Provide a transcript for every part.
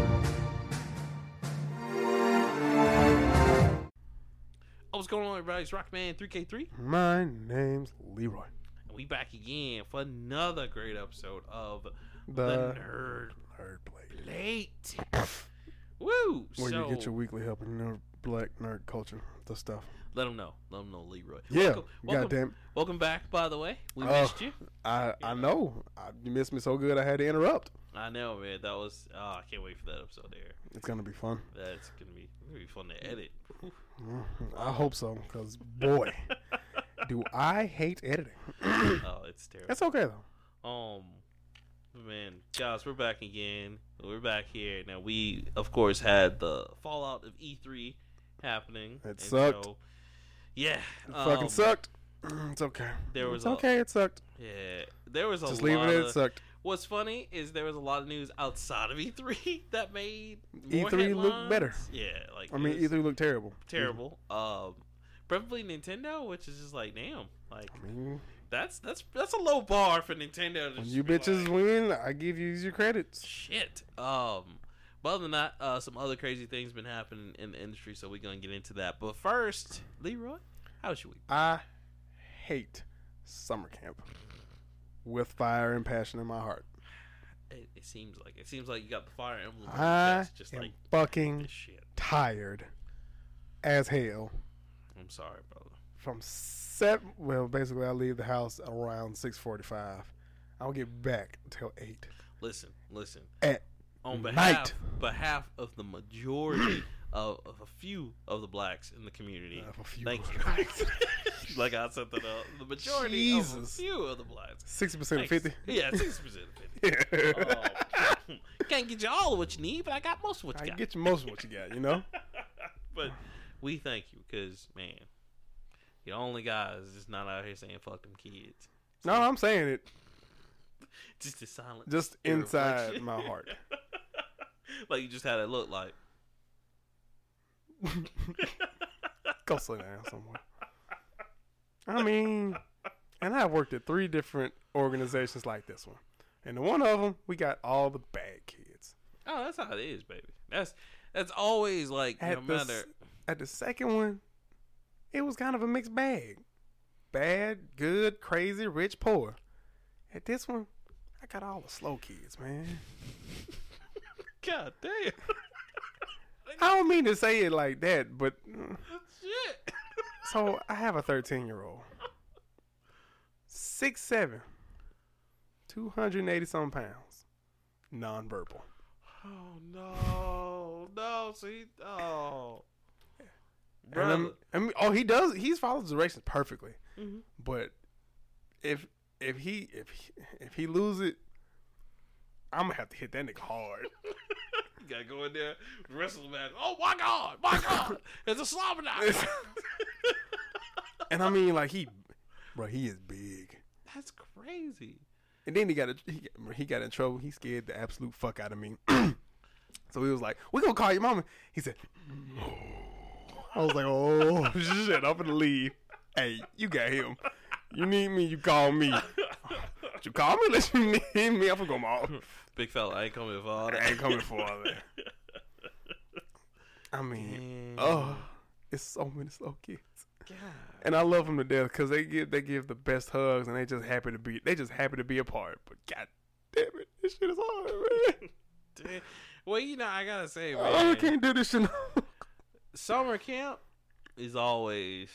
Oh, What's going on, everybody? It's Rockman 3K3. My name's Leroy. And we back again for another great episode of The, The- Nerd Nerd Blade. Plate. Woo! Where so, you get your weekly help in nerd, black nerd culture, the stuff. let them know. Let them know, Leroy. Yeah. Welcome, welcome, Goddamn. welcome back, by the way. We Oh. missed you. I I know. I, you missed me so good. I had to interrupt. I know, man. That was. Oh, I can't wait for that episode there. It's gonna be fun. Mm, That's going to be gonna be fun to edit. I hope so, cause boy, do I hate editing. oh, it's terrible. That's okay though. Um, man, guys, we're back again. We're back here now. We of course had the fallout of E3 happening. It and sucked. so- yeah, It um, fucking sucked. Mm, It's okay. there was it's a- okay. It sucked. Yeah, there was a Just lot. leave it. in, It of- sucked. What's funny is there was a lot of news outside of E3 that made more E3 E looked headlines. better. Yeah, like I mean, E it was E3 looked terrible. terrible. Um, preferably Nintendo, which is just like damn, like I mean, that's that's that's a low bar for Nintendo. To when just Mm, you be bitches like- win, I give you your credits. Shit. Um, but other than that, uh, some other crazy things been happening in the industry, so we're gonna get into that. But first, Leroy, how should we? I hate summer camp with fire and passion in my heart. It, it seems like it seems like you got the Fire Emblem. I that's just am like fucking this shit. tired as hell I'm sorry, brother. from seven. Well, basically, I leave the house around six forty-five. I don't get back till eight. Listen, listen. At On night. behalf behalf of the majority of, of a few of the blacks in the community. Of a few Thank you. like I said, that uh, the majority of a Jesus. few of the blacks. Sixty percent of fifty. Yeah, six percent of fifty. Yeah. Um, can't get you all of what you need, but I got most of what I you can got. get you most of what you got. You know. But we thank you because man, you're the only guys that's not out here saying fuck them kids. No, I'm saying it Just the silent, just your inside reflection. my heart. like you just had it look like. Go sit down somewhere. I mean, and I worked at three different organizations like this one, and the one of them we got all the bad kids. Oh, that's how it is, baby. That's that's always like no At the s- matter. at the second one, it was kind of a mixed bag: bad, good, crazy, rich, poor. At this one, I got all the slow kids, man. God damn. I don't mean to say it like that, but mm, Shit. so I have a 13 year old, six seven, 280 some pounds, nonverbal. Oh no, no, see, oh, And I'm- brother. I mean, oh, he does. He follows directions perfectly. But if if he if he, if he lose it, I'm gonna have to hit that nigga hard. You gotta go in there, wrestle him back. Oh my god, my god, it's a slobber knock. and I mean, like he, bro, he is big. That's crazy. And then he got a, he, got- bro, he got in trouble. He scared the absolute fuck out of me. so he was like, "We gonna call your mama." He said, "No." I was like, "Oh shit, I'm gonna leave." Hey, you got him. You need me, you call me. you call me, unless you need me. I'm gonna go mom. Big fella, I ain't coming for all I that. ain't coming for all that. I mean, Man, oh, it's so many slow kids, God. and I love them to death because they give they give the best hugs, and they just happy to be they just happy to be a part. But god damn it, this shit is hard, man. Damn. Well, you know, I gotta say, Oh, I man, can't do this shit. no more. summer camp is always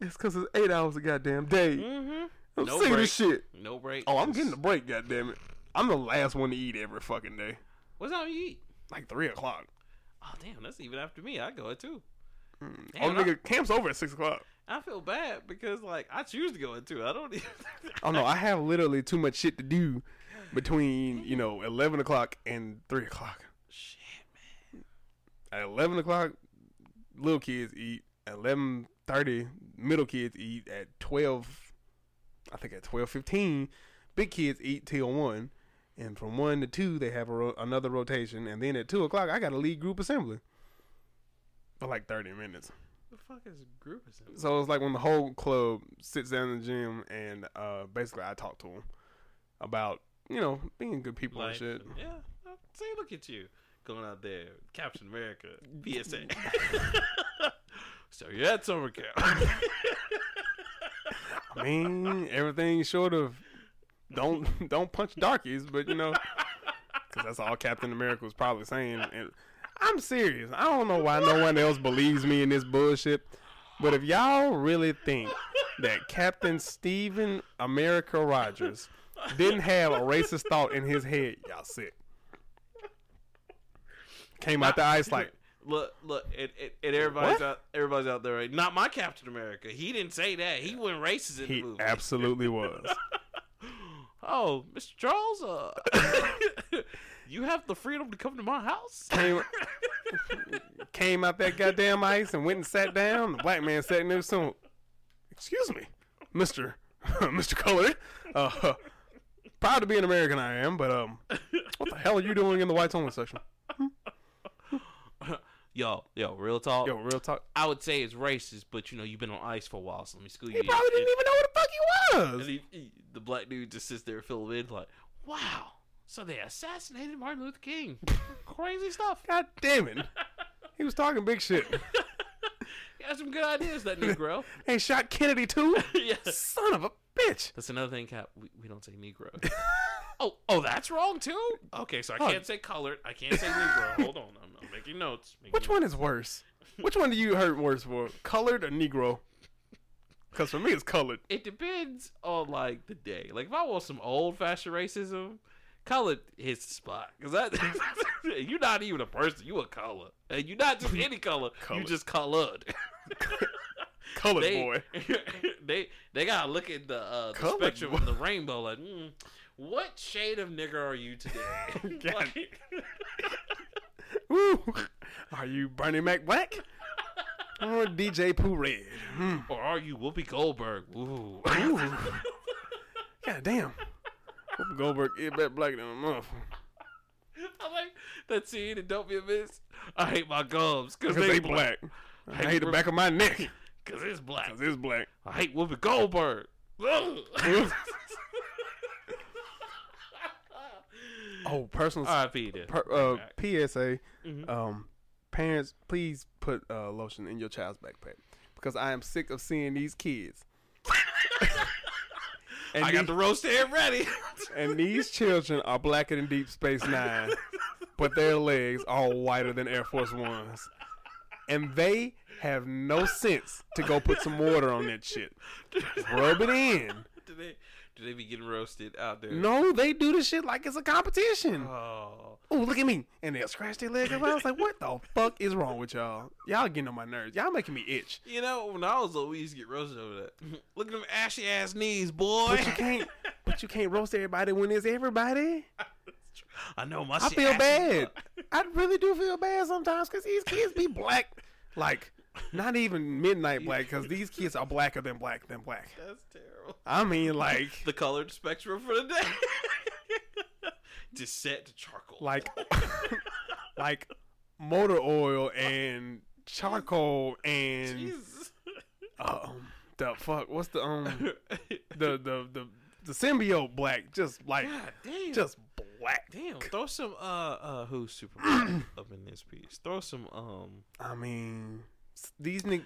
it's because it's eight hours a goddamn day. I'm Mm-hmm. No sick of this shit. no break. Mm-hmm. Oh, I'm getting a break, goddamn it. I'm the last one to eat every fucking day, What time you eat? like three o'clock. Oh, damn, that's even after me. I go at two. Oh, Mm. Damn, I- nigga, camp's over at six o'clock. I feel bad because like I choose to go at two. I don't even. Oh no, I have literally too much shit to do between you know eleven o'clock and three o'clock. Shit, man. At eleven o'clock, little kids eat. At eleven thirty, middle kids eat. At twelve, I think at twelve fifteen, big kids eat till one, and from one to two they have a ro- another rotation, and then at two o'clock I got a lead group assembly for like thirty minutes. The fuck is group is in? So it's like when the whole club sits down in the gym and uh, basically I talk to them about you know being good people Life. and shit. Yeah. See, look at you going out there, Captain America, PSA. So you're at summer camp. I mean, everything short of don't don't punch darkies, but you know, because that's all Captain America was probably saying. And I'm serious. I don't know why no one else believes me in this bullshit. But if y'all really think that Captain Steven America Rogers didn't have a racist thought in his head, y'all sick. Came out the ice like, look, look, and, and, and everybody's What? out, everybody's out there. Right? Not my Captain America. He didn't say that. He wasn't racist in the he movie. absolutely was. oh, Mr. Charles, uh, you have the freedom to come to my house. Came- came out that goddamn ice and went and sat down. The black man sat in there soon. Excuse me, Mister Mister Colored. Uh, proud to be an American, I am. But um, what the hell are you doing in the whites only section? yo, yo, real talk. Yo, real talk. I would say it's racist, but you know you've been on ice for a while, so let me school you. He probably didn't even know what the fuck he And was. he- he- the black dude just sits there filling in like, wow. So they assassinated Martin Luther King. Crazy stuff. God damn it. He was talking big shit. He had some good ideas, that Negro. Hey, shot Kennedy too. yes. Son of a bitch. That's another thing, Cap. We, we don't say Negro. oh, oh, that's wrong too. Okay, so I Oh. can't say colored. I can't say Negro. Hold on, I'm, I'm making notes. making Which notes. one is worse? Which one do you hurt worse for, colored or Negro? Because for me, it's colored. It depends on like the day. Like if I want some old fashioned racism, colored hits the spot. Cause that you're not even a person. You a color, and you're not just any color. You Colored. just colored. Colored they, boy. they they gotta look at the, uh, the Colored spectrum boy. of the rainbow. Like, mm, what shade of nigger are you today? God. Like- Woo. Are you Bernie Mac Black or DJ Pooh Red? Hmm. or are you Whoopi Goldberg? Ooh. Ooh. God damn. Whoopi Goldberg is better black than a motherfucker. I like that scene and don't be a miss. I hate my gums because Because they, they black. black. I hate the back of my neck. Because it's black. Because it's black. I hate Whoopi Goldberg. Ugh. Oh, personal. R.I.P. to- Per, uh, PSA. Mhm. Um, parents, please put uh, lotion in your child's backpack. Because I am sick of seeing these kids. and I got the roast head ready. And these children are blacker than Deep Space Nine, but their legs are whiter than Air Force Ones. And they have no sense to go put some water on that shit. Rub it in. do they do they be getting roasted out there? No, they do this shit like it's a competition. Oh. Oh, look at me. And they'll scratch their leg up. I was like, what the fuck is wrong with y'all? Y'all getting on my nerves. Y'all making me itch. You know, when I was little, we used to get roasted over that. Look at them ashy ass knees, boy. But you can't but you can't roast everybody when it's everybody. I know my. I shit feel ashy. bad. I really do feel bad sometimes because these kids be black, like not even midnight black, because these kids are blacker than black than black. That's terrible. I mean, like, the colored spectrum for the day. Just set to charcoal. like, like motor oil and charcoal and Jesus. um, the fuck, what's the um, the the the the symbiote black, just like, God damn. just black. damn. Throw some uh uh who's Superman up in this piece. Throw some um I mean, s- these niggas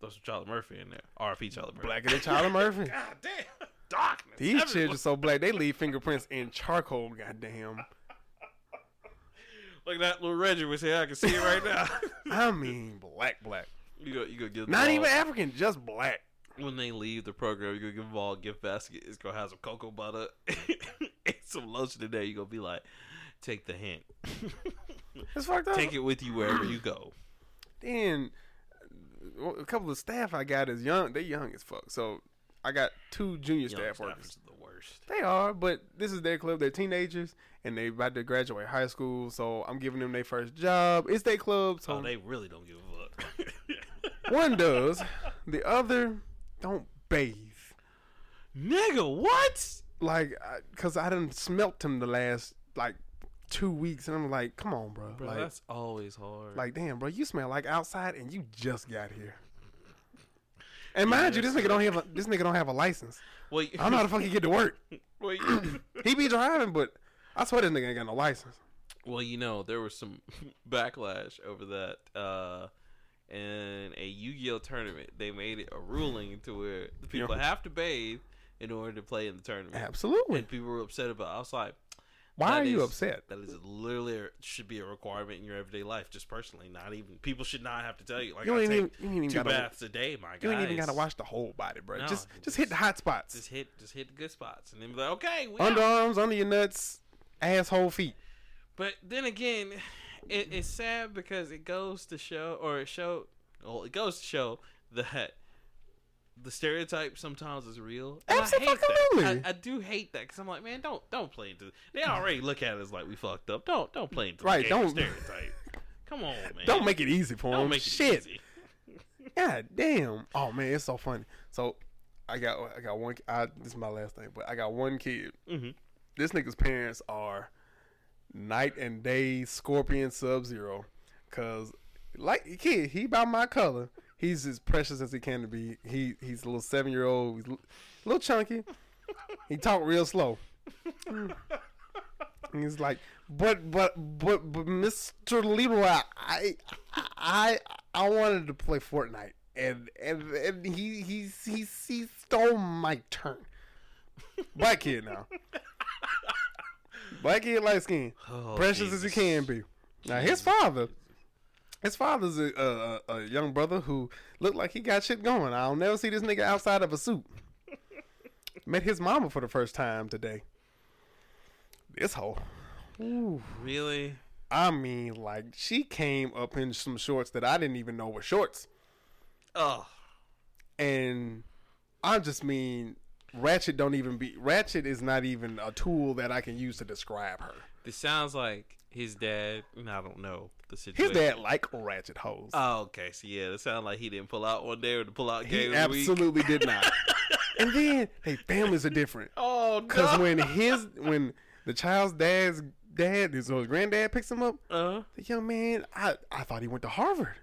throw some Charlie Murphy in there. R.P. Charlie Murphy. blacker than Tyler Murphy. God damn. Darkness. These everywhere. children so black, they leave fingerprints in charcoal. Goddamn. Look at that little Reggie was here. I can see it right now. I mean, black, black. you go. You go give. them Not all- even African, just black. when they leave the program, you're gonna give them all a gift basket. It's gonna have some cocoa butter and some lotion in there. You're gonna be like, take the hint. It's fucked up. take it with you wherever you go. Then uh, a couple of staff I got is young. They young as fuck. So I got two junior Young staff staffers workers. are the worst. They are, but this is their club. They're teenagers and they about to graduate high school. So I'm giving them their first job. It's their club. So Oh, they really don't give a fuck. one does, the other don't bathe. Nigga, what? like I- cause I didn't smelt him the last like two weeks, and I'm like, come on, bro, Bro, like, that's always hard. like damn, bro, you smell like outside, and you just got here. And mind you, this nigga don't have a, this nigga don't have a license. wait, I don't know how the fuck he get to work. wait. He be driving, but I swear this nigga ain't got no license. well, you know, there was some backlash over that. Uh, in a Yu-Gi-Oh tournament, they made it a ruling to where the people Yeah. have to bathe in order to play in the tournament. Absolutely. And people were upset about. it. I was like, Why are you nowadays- upset? that is literally a- should be a requirement in your everyday life. Just personally, not even people should not have to tell you. Like, You I ain't take even, you ain't even two gotta, baths a day, my guy. you ain't even gotta wash the whole body, bro. No, just you just hit the hot spots. Just hit, just hit the good spots, and then be like, okay, we out. Underarms, under your nuts, asshole, feet. But then again, it, it's sad because it goes to show, or it show, well, it goes to show that the stereotype sometimes is real. And I hate that. Abso-fucking-lutely. I, I do hate that because I'm like, man, don't don't play into. They already look at us like we fucked up. Don't don't play into Right, the don't- don't stereotype. Come on, man. Don't make it easy for Don't him. make it Shit. easy. God damn. Oh man, it's so funny. So I got I got one. I, this is my last thing, but I got one kid. Mhm. This nigga's parents are night and day Scorpion Sub Zero, cause like the kid, he about my color. He's as precious as he can to be. He he's a little seven year old. He's a little chunky. He talk real slow. And he's like, but but but but Mr. Leroy, I I I wanted to play Fortnite, and and and he he he, he stole my turn. Black kid now, black kid light skin, Oh, precious as Jesus. he can be. Now his father, his father's a, a a- a young brother who looked like he got shit going. I'll never see this nigga outside of a suit. Met his mama for the first time today. This hoe. Ooh. Really? I mean, like she came up in some shorts that I didn't even know were shorts, Oh, and I just mean Ratchet don't even be Ratchet is not even a tool that I can use to describe her. this sounds like his dad. and I don't know the situation. His dad like Ratchet hoes. Oh, okay. So yeah, it sounded like he didn't pull out one day or the pull out game. he of the week. absolutely did not. and then hey, families are different Oh because no. when his when the child's dad's dad his or his granddad picks him up, Uh, the young man I I thought he went to Harvard.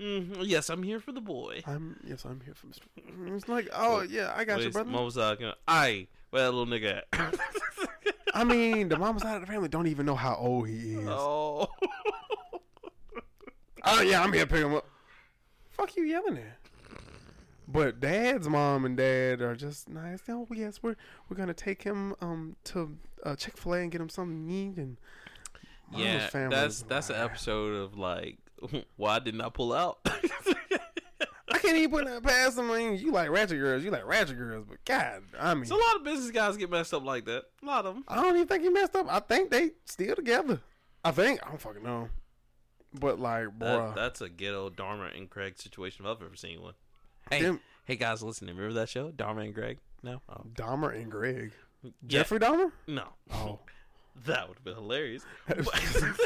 mhm, Yes, I'm here for the boy. I'm yes I'm here for Mr. It's like oh yeah I got What you is- brother. What was I gonna? I where that little nigga at? I mean, the mama side of the family don't even know how old he is. Oh, oh. yeah, I'm here to pick him up. Fuck you yelling at. But dad's mom and dad are just nice. Oh yes, we're we're gonna take him um to uh, Chick Fil A and get him something to eat and. Mama's yeah, family that's is that's an like, episode of like why didn't I pull out? I can't even put that past him. I mean, you like ratchet girls, you like ratchet girls, but God, I mean, so a lot of business guys get messed up like that. A lot of them. I don't even think he messed up. I think they still together. I think I don't fucking know. But That, like, bruh, that's a ghetto Dharma and Craig situation if I've ever seen one. Hey, Them- hey guys, listen. Remember that show, Dharma and Greg? No, oh. Dahmer and Greg, Yeah, Jeffrey Dahmer. no. Oh. That would have been hilarious. But-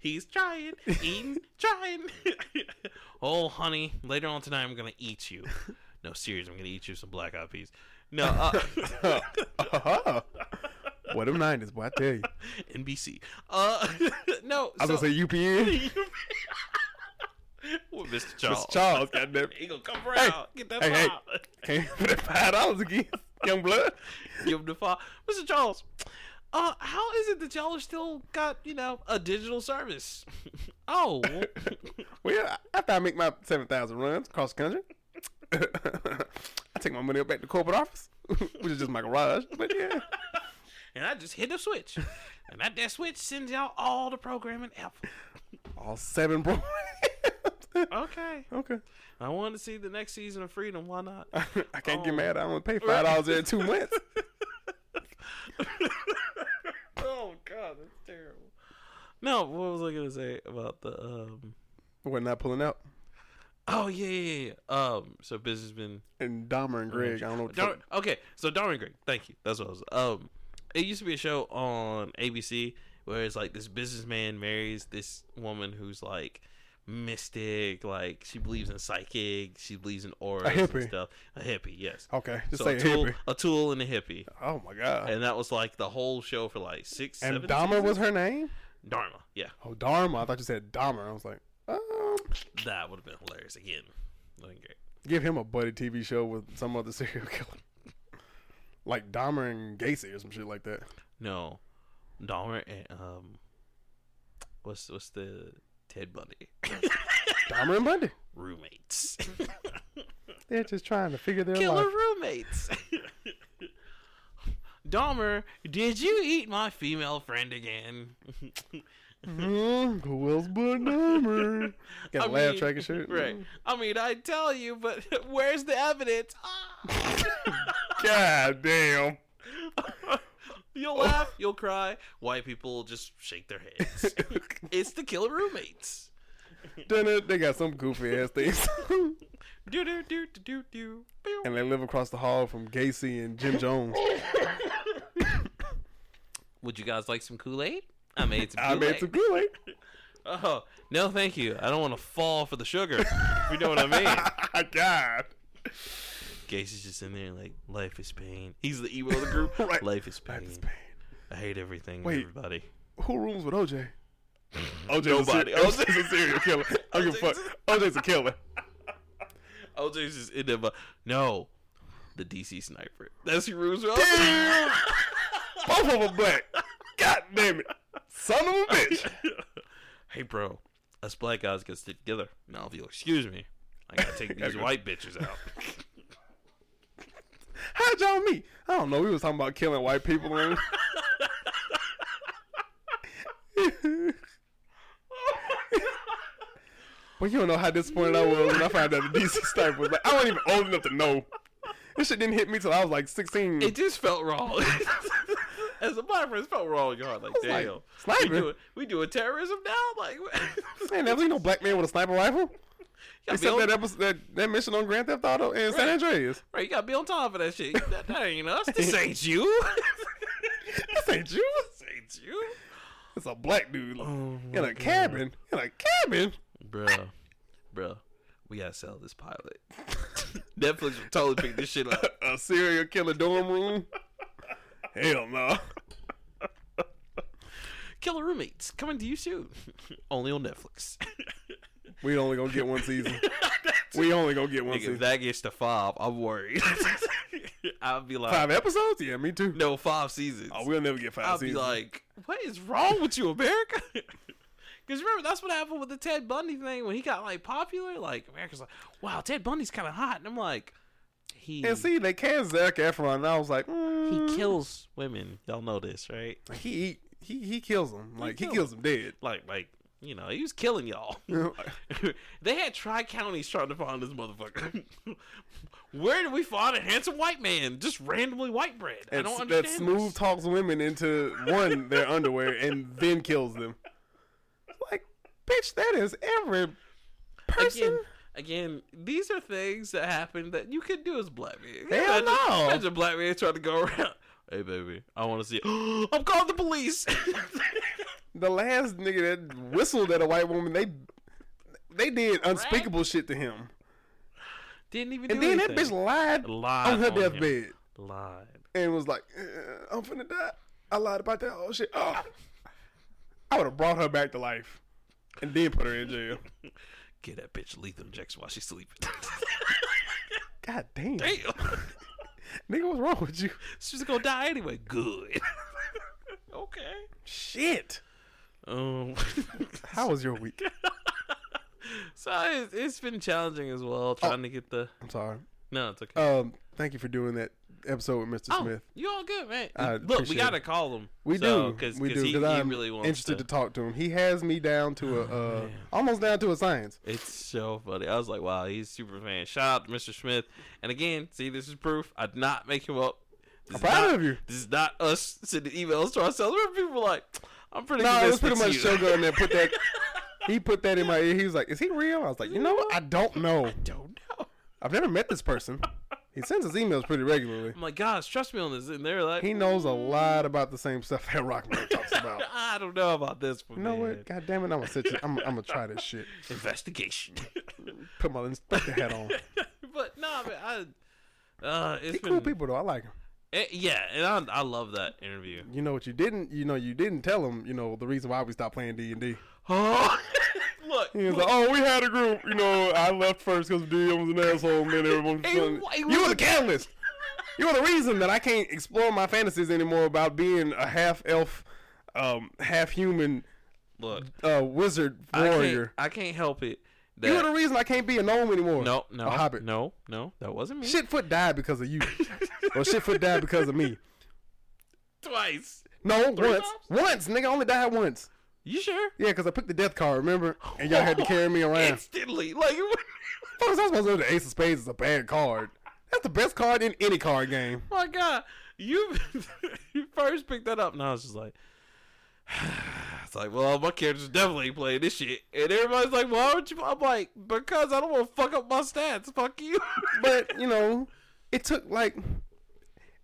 He's trying, eating, trying. oh, honey, later on tonight I'm gonna eat you. No, serious, I'm gonna eat you some black eyed peas. No, uh, Uh-huh. What them nineties, boy, I tell you. NBC. Uh, no, I was so, gonna say UPN. Well, Mr. Charles. Charles. Charles got that. He gonna come around. Get that hey, hey. file. Came for that five dollars again, young blood. Give him the file. Mr. Charles, uh, how is it that y'all are still got you know a digital service? oh, well, Well, after I make my seven thousand runs across the country, I take my money up back to corporate office, which is just my garage. But yeah, and I just hit a switch, and that, that switch sends out all the programming ever. all seven bro. Okay, okay, I wanted to see the next season of Freedom. Why not? I can't Oh. get mad. I only pay five dollars every two months. oh God, that's terrible. No, what was I gonna say about the? um We're not pulling out. Oh yeah, yeah, yeah. Um, so businessman. And Dahmer and Greg, I don't know. What the Dar- okay, so Darwin Green. Thank you. That's what I was. Um, it used to be a show on ABC where it's like this businessman marries this woman who's like mystic, like she believes in psychic, she believes in auras and hippie. stuff. A hippie, yes. fuck- okay, just so say a tool, hippie. a tool, and a hippie, Oh my god. and that was like the whole show for like six. And seven Dahmer seasons? was her name. Dharma. Yeah, Oh, Dharma. I thought you said Dahmer. I was like, um, that would have been hilarious again. Looking great. give him a buddy TV show with some other serial killer. like Dahmer and Gacy or some shit like that. No, Dahmer and um, what's what's the Ted Bundy. Dahmer and Bundy. roommates. They're just trying to figure their Killer life. roommates. Dahmer, did you eat my female friend again? Mhm, Who else but Dahmer? Got a I laugh mean, track and shit. Right. I mean, I tell you, but where's the evidence? Ah! God damn. you'll laugh, you'll cry. White people just shake their heads. it's the killer roommates. Done it. They got some goofy ass things. Do do do do do do. and they live across the hall from Gacy and Jim Jones. Would you guys like some Kool Aid? I made some I Kool made Aid. some Kool Aid. oh no, thank you. I don't want to fall for the sugar. if you know what I mean. God. Casey's just in there like life is pain. He's the evil of the group. Right. Life is pain. That is pain. I hate everything. and Wait. everybody. Who rooms with OJ? OJ's Nobody. A ser- OJ's a serial killer. I give a fuck. OJ's a killer. OJ's just in there, but no, the DC sniper. That's who rules with Damn. Both of them black. God damn it. Son of a bitch. Hey, bro, us black guys gotta stick together. Now, if you'll excuse me, I gotta take these white bitches out. How'd y'all meet? I don't know. We was talking about killing white people. and- well, you don't know how disappointed I was when I found out the DC sniper was like, I wasn't even old enough to know. This shit didn't hit me till I was like 16. It just felt wrong. As a black person, it felt wrong, y'all. Like, like, damn, we sniper? doing we doing terrorism now. Like, Man, never seen no black man with a sniper rifle. gotta be Except on- that, episode, that that mission on Grand Theft Auto in San Right. Andreas. Right, you gotta be on time for that shit. That, that ain't us. This ain't you. This ain't you. this ain't you. It's a black dude Oh my in a cabin. In a cabin. Bruh. Bruh. We gotta sell this pilot. Netflix would totally pick this shit up. a serial killer dorm room. Hell no. Killer roommates coming to you soon. Only on Netflix. We only gonna get one season. That's- We only gonna get one Nigga, if season. that gets to five, I'm worried. I'll be like, Five episodes? Yeah, me too. no, five seasons. Oh, we'll never get 5 uh, I'll be seasons. like, what is wrong with you, America? Because remember, that's what happened with the Ted Bundy thing when he got like popular. Like America's like, wow, Ted Bundy's kind of hot, and I'm like, he and see, they cast Zac Efron, and I was like, mm, he kills women. Y'all know this, right? he eat- he he kills them. Like he, kill kills them dead. Like, like you know, he was killing y'all. they had tri counties trying to find this motherfucker. Where did we find a handsome white man just randomly white bread? I And don't s- understand. that this. smooth talks women into one their underwear and then kills them. Like, bitch, that is every person. Again, again, these are things that happen that you could do as a black man. Hell imagine, no. Imagine a black man trying to go around. Hey, baby, I want to see. I'm calling the police. The last nigga that whistled at a white woman, they they did unspeakable shit to him, Didn't even. and do then that anything. bitch lied lied on her on him. deathbed Lied. and was like, "Uh, "I'm finna die. I lied about that whole shit." Oh, I would have brought her back to life, and then put her in jail. Get that bitch lethal injection while she's sleeping. God damn, Damn, nigga, what's wrong with you? she's gonna die anyway. Good. okay. Shit, Um. how was your week? so it's, it's been challenging as well trying to get the. I'm sorry. No, it's okay. Um, thank you for doing that episode with Mr. Oh, Smith. you all good, man? I Look, we appreciate gotta call him. We so, do, because we do. he, 'cause he I'm really wants Oh, interested to. talk to him. He has me down to a uh, almost down to a science. It's so funny. I was like, wow, he's a super fan. Shout out to Mr. Smith. And again, see, this is proof. I did not make him up. This is proud not- of you. This is not us sending emails to ourselves. Remember, people were like, I'm pretty. No, it was pretty much convinced it's you. Shogun that put that. He put that in my ear. He was like, "Is he real?" I was like, "You know what? I don't know. Don't know. I've never met this person. He sends his emails pretty regularly. I'm like, guys, trust me on this. And they're like, He knows a lot about the same stuff that Rockman talks about. I don't know about this. But You know man. what? God damn it! I'm gonna sit you, I'm, I'm gonna try this shit. Investigation. Put my inspector hat on. but no, man, I. Uh, it's He been, cool people though. I like him. Eh, yeah, and I, I love that interview. You know what? You didn't. You know you didn't tell him. You know the reason why we stopped playing D and D. Oh, look, He was look, like, "Oh, we had a group. You know, I left first because DM was an asshole, and then everyone. Hey, you why- were the catalyst. You were the reason that I can't explore my fantasies anymore about being a half elf, um, half human Look, uh, wizard warrior. I can't, I can't help it. That, You're the reason I can't be a gnome anymore. no, no, a hobbit. no, no, that wasn't me. Shitfoot died because of you. or Shitfoot died because of me. Twice. No, Three once. times? Once, nigga, I only died once. You sure? Yeah, because I picked the death card, remember? And y'all had to carry me around. Instantly, like oh Fuck, was I supposed to know the Ace of Spades is a bad card? That's the best card in any card game. my god, you you first picked that up, and I was just like, it's like, well, my character's definitely ain't playing this shit, and everybody's like, why would you? I'm like, because I don't want to fuck up my stats. Fuck you. But, you know, it took like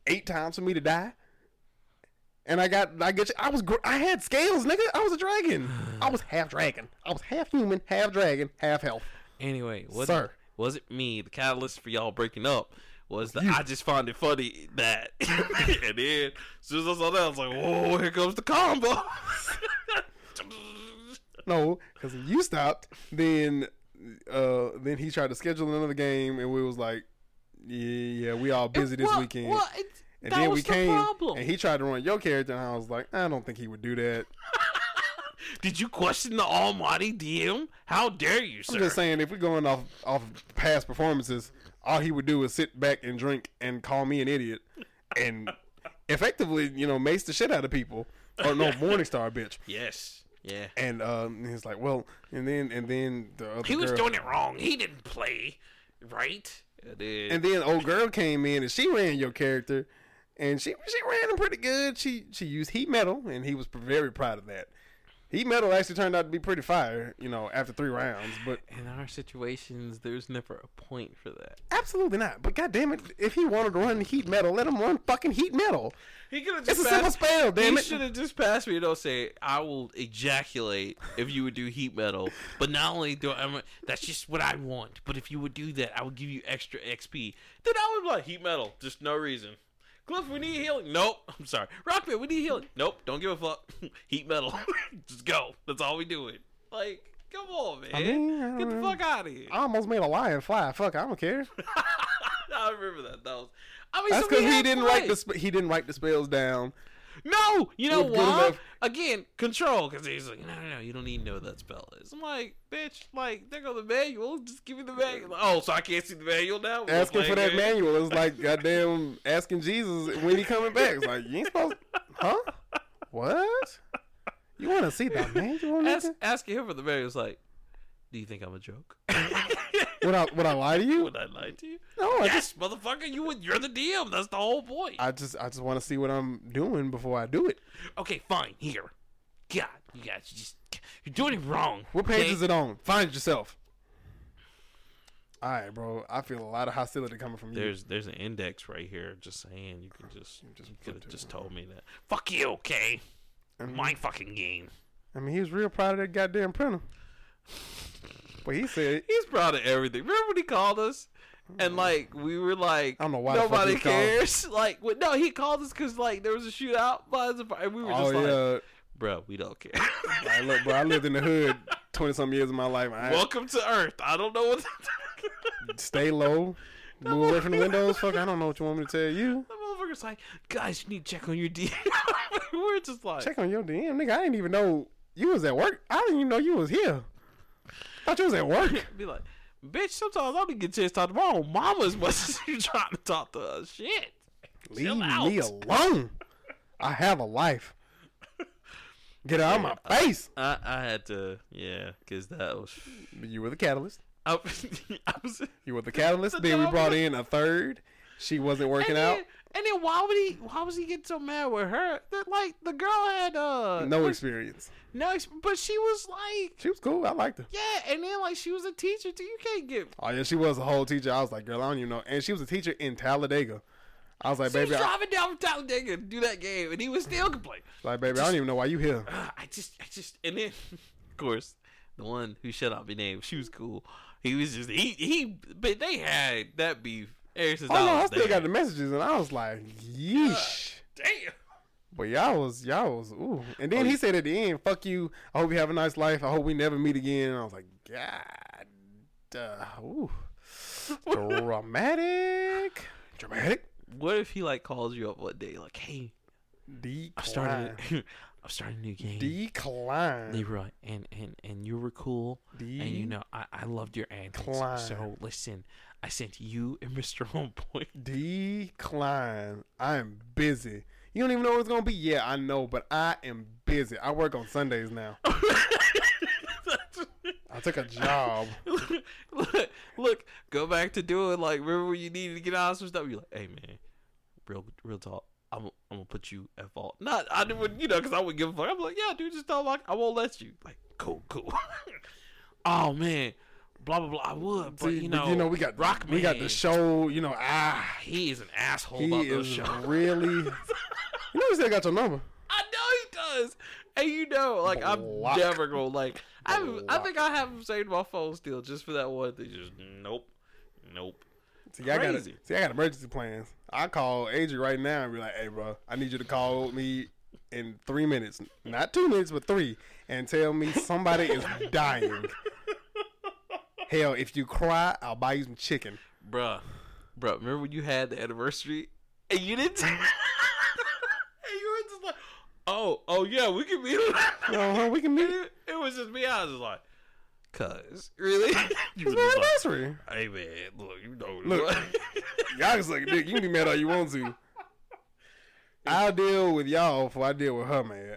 eight times for me to die. And I got, I get, I was, gr- I had scales, nigga. I was a dragon. I was half dragon. I was half human, half dragon, half health. Anyway, was Sir. was it me? The catalyst for y'all breaking up was that I just find it funny that, and then as soon as I saw that, I was like, "Whoa, here comes the combo." No, because you stopped. Then, uh, then he tried to schedule another game, and we was like, yeah, yeah, we all busy this Well- weekend. well, it's- and that then was we the came, problem. and he tried to run your character, and I was like, I don't think he would do that. Did you question the Almighty DM? How dare you, sir? I'm just saying, if we're going off off past performances, all he would do is sit back and drink and call me an idiot, and effectively, you know, mace the shit out of people. Or no, Morningstar bitch. yes. Yeah. And um, he's like, well, and then and then the other He was girl- doing it wrong. He didn't play right. And then, And then old girl came in and she ran your character, and she she ran him pretty good. She she used heat metal, and he was pr- very proud of that. Heat metal actually turned out to be pretty fire, you know, after three rounds. But in our situations, there's never a point for that. absolutely not. But goddamn it, if he wanted to run heat metal, let him run fucking heat metal. He could have It's just a simple passed. spell, damn he it. should have just passed me and don't say I will ejaculate if you would do heat metal. But not only do I, that's just what I want. But if you would do that, I would give you extra XP. Then I would like heat metal, just no reason. Cliff, we need healing. Nope. I'm sorry. Rockman, we need healing. Nope. Don't give a fuck. heat metal. just go. That's all we doing. Like, come on, man. mean, uh, I Get the don't fuck out of here. I almost made a lion fly. Fuck, I don't care. I remember that. That was. I mean, That's so we because he had didn't write play. the sp- he didn't write the spells down. No, you know With good why? enough- Again, control. Because he's like, no, no, no, you don't need to know what that spell is. I'm like, bitch, like, there go the manual. Just give me the manual. Oh, so I can't see the manual now? We're Asking for playing that it? manual is like goddamn asking Jesus when he coming back. It's like you ain't supposed, huh? What? You want to see the manual? Ask, nigga? asking him for the manual is like, do you think I'm a joke? Would I would I lie to you? Would I lie to you? No, I Yes, just motherfucker, you would, you're the DM. That's the whole point. I just I just want to see what I'm doing before I do it. okay, fine. Here, God, you guys, you just you're doing it wrong. What page is it? it on? Find yourself. All right, bro. I feel a lot of hostility coming from you. There's there's an index right here. Just saying, you can just you just could have flip to just told me that. Fuck you, okay? Mhm. My fucking game. I mean, he was real proud of that goddamn printer. But he said He's proud of everything. Remember when he called us, and like we were like, Mm. I don't know why the fuck nobody he called. cares. Like, what- no, he called us because like there was a shootout, but it's- and we were Oh just like, yeah, bro, we don't care. I look, bro. I lived in the hood twenty some years of my life. I Welcome to Earth. I don't know what. that stay low, move away from the windows. Fuck, I don't know what you want me to tell you. motherfucker's like, guys, you need to check on your DM. we're just like, Check on your DM, nigga. I didn't even know you was at work. I didn't even know you was here. Thought you was at work. be like, bitch. Sometimes I don't get a chance to talk to my own mama as much as you trying to talk to us. Shit. Leave Chill out. me alone. I have a life. Get out of my face. I, I had to, yeah, because that was. You were the catalyst. I, I was You were the catalyst. The then we dog brought was- in a third. She wasn't working and out. Then, and then why would he? Why was he getting so mad with her? That like the girl had uh No experience. no, ex- but she was like She was cool. I liked her. yeah, and then like she was a teacher too. You can't get. Oh yeah, she was a whole teacher. I was like, girl, I don't even know. And she was a teacher in Talladega. I was like, She was baby, I, driving down from Talladega to do that game, and he was still complaining. like, baby, I don't even know why you here. "Ah, I just, I just, and then, of course, the one who shut out be named, she was cool. He was just, he, he, but they had that beef ever since Oh I no, I was still there. got the messages, and I was like, yeesh. Damn. But y'all was y'all was ooh. And then Oh, he you- said at the end, "Fuck you. I hope you have a nice life. I hope we never meet again." And I was like, God, uh, ooh, dramatic, dramatic. What if he like calls you up one day, like, hey, Decline. I started, I'm starting a new game. Decline. Leroy, and, and, and you were cool, and you know I, I loved your antics. Decline. So listen, I sent you and Mr. Homeboy. Decline. I'm busy. You don't even know what it's gonna be. Yeah, I know, but I am busy. I work on Sundays now. I took a job. look, look, go back to doing like remember when you needed to get out of some stuff. You're like, hey man, real real talk. I'm, I'm gonna put you at fault. Not I would you know because I would give a fuck. I'm like, yeah, dude, just don't like I won't let you. Like, cool, cool. oh man, blah blah blah. I would, but See, you know, you know, we got Rock. We got the show. You know, ah, He is an asshole he about those is shows. really. you know, he still got your number. I know he does, and you know, like Block. I'm never gonna like. I I Block. think I have him saved in my phone still just for that one thing. Just nope, nope. See, I got Crazy. see, I got emergency plans. I call Adrian right now and be like, "Hey, bro, I need you to call me in three minutes, not two minutes, but three, and tell me somebody is dying. Hell, if you cry, I'll buy you some chicken. Bruh, bruh, remember when you had the anniversary and you didn't and you were just like, oh, oh yeah, we can meet Uh-huh, we can meet. it, it was just me. I was just like, cuz, really? you It's was my just like, anniversary. hey man, look, you know Look. Y'all can suck a dick. You can be mad all you want to. I'll deal with y'all before I deal with her, man.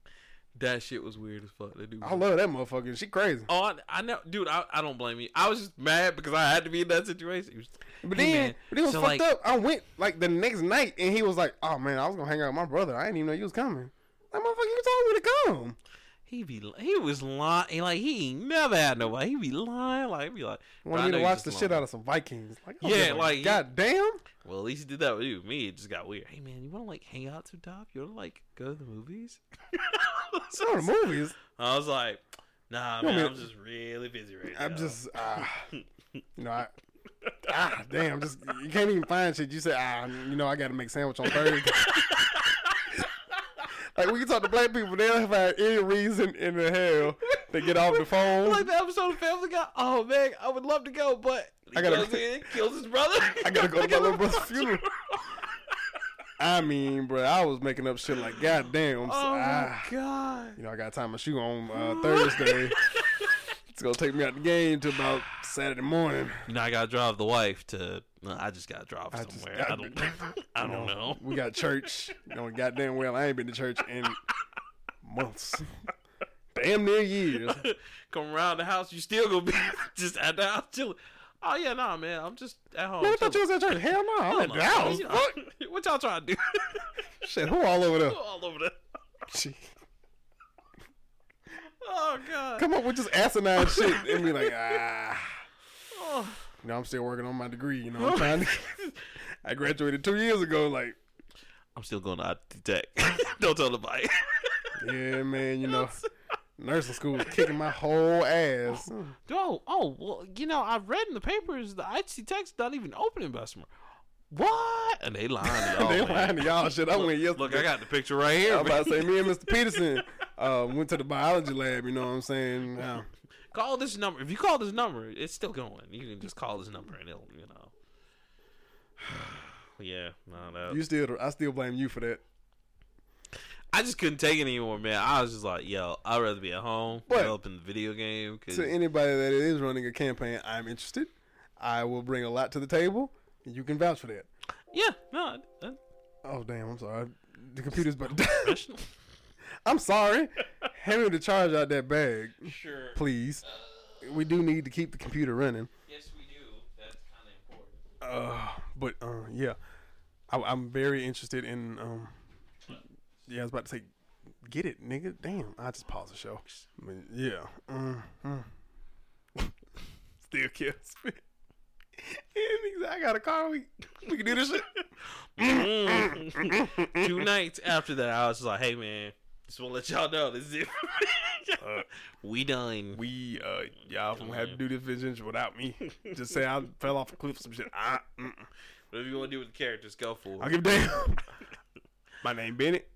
that shit was weird as fuck. That dude was I love that motherfucker. She crazy. Oh, I, I know, dude. I, I don't blame you. I was just mad because I had to be in that situation. He was- But Hey, then, man, but it was so, fucked like- up. I went like the next night, and he was like, "Oh man, I was gonna hang out with my brother. I didn't even know you was coming." Like motherfucker, you told me to come. he be, he was lying. Like he ain't never had nobody. He be lying. Like he be like, "Bro, I Want me know to you watch just the lying." shit out of some Vikings? Like, I don't Yeah, give a like, you- goddamn. Well, at least he did that with you. Me, it just got weird. Hey, man, you want to like hang out some top? You want to like go to the movies? It's not the movies. I was like, nah, You want man, me I'm to- just really busy right now. I'm just, uh, you know, I, ah, damn, just you can't even find shit. You say, ah, you know, I got to make sandwich on Thursday. like we can talk to black people, they don't find any reason in the hell to get off the phone. like the episode of Family Guy. Oh man, I would love to go, but I I gotta- gotta goes in, kills his brother. I gotta go to my gotta little brother's funeral. I mean, bro, I was making up shit like, goddamn, I'm so- Oh my ah, god. you know, I got to tie my shoe on uh, Thursday. it's gonna take me out the game till about Saturday morning. You know, I gotta drive the wife to. No, I just gotta drive I just somewhere. I gotta- don't. I You don't know. We got church. You know, goddamn well, I ain't been to church in months, damn near years. Come around the house, you still gonna be just at the house chilling. Oh yeah, nah, man, I'm just at home. Man, I thought chilling. you was at church. Hell no, I'm at the house. What, what y'all trying to do? Shit, who all over there? All over the. Shit. Oh god. Come up with just asinine shit and be like, ah. Oh. You know, I'm still working on my degree. You know, I'm trying to. I graduated two years ago. Like, I'm still going to IT Tech. Don't tell nobody. yeah, man. You know, nursing school is kicking my whole ass. oh, oh, well, you know, I've read in the papers the IT Tech's not even opening by summer. What? And they lying. To y'all, they Oh, man. lying to y'all shit. I went yesterday. Look, I got the picture right here. I'm about to man. say, me and Mr. Peterson uh, went to the biology lab. You know what I'm saying? Uh, Call this number. If you call this number, it's still going. You can just call this number and it'll, you know. yeah, no, that. you still, I still blame you for that. I just couldn't take it anymore, man. I was just like, yo, I'd rather be at home But- developing the video game. Cause, To anybody that is running a campaign, I'm interested. I will bring a lot to the table. and You can vouch for that. yeah, no, that's Oh damn! I'm sorry. The computer's about to die. professional. I'm sorry. Hand me the charge out that bag. sure. Uh, please. We do need to keep the computer running. Yes, we do. That's kind of important. Uh, but uh, yeah, I, I'm very interested in. Um, yeah, I was about to say, get it, nigga. Damn, I just paused the show. But yeah, mm, mm. still kills me. And he's- I got a car. We we can do this shit. Two nights after that, I was like, hey, man, just want to let y'all know this is it. Uh, we done. Uh, We uh, y'all gonna have to do this vengeance without me. Just say I fell off a cliff, or some shit. I, mm, Whatever you want to do with the characters, go for I it. give a damn. My name Bennett.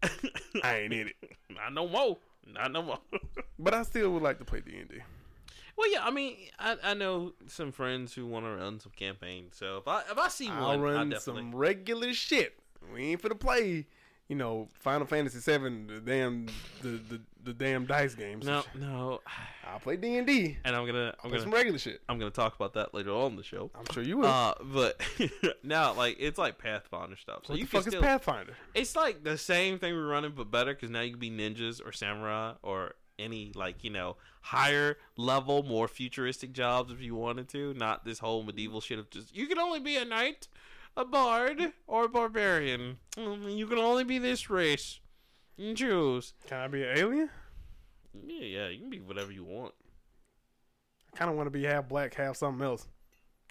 I ain't in it. Not no more. Not no more. But I still would like to play D and D. well, yeah, I mean, I, I know some friends who want to run some campaigns. So if I if I see one, I'll I run definitely. some regular shit. We ain't for the play, you you know, Final Fantasy Seven, the damn, the the, the damn dice games. No, no. I'll play D and D. And I'm gonna I'm Play gonna some regular shit. I'm gonna talk about that later on in the show. I'm sure you will. Uh, but now like it's like Pathfinder stuff. So what you the can fuck is still- Pathfinder? It's like the same thing we're running, but better because now you can be ninjas or samurai or any like you know higher level, more futuristic jobs if you wanted to. Not this whole medieval shit of just you can only be a knight, a bard, or a barbarian. Mm, You can only be this race. You Choose. Can I be an alien? Yeah, yeah, you can be whatever you want. I kind of want to be half black, half something else.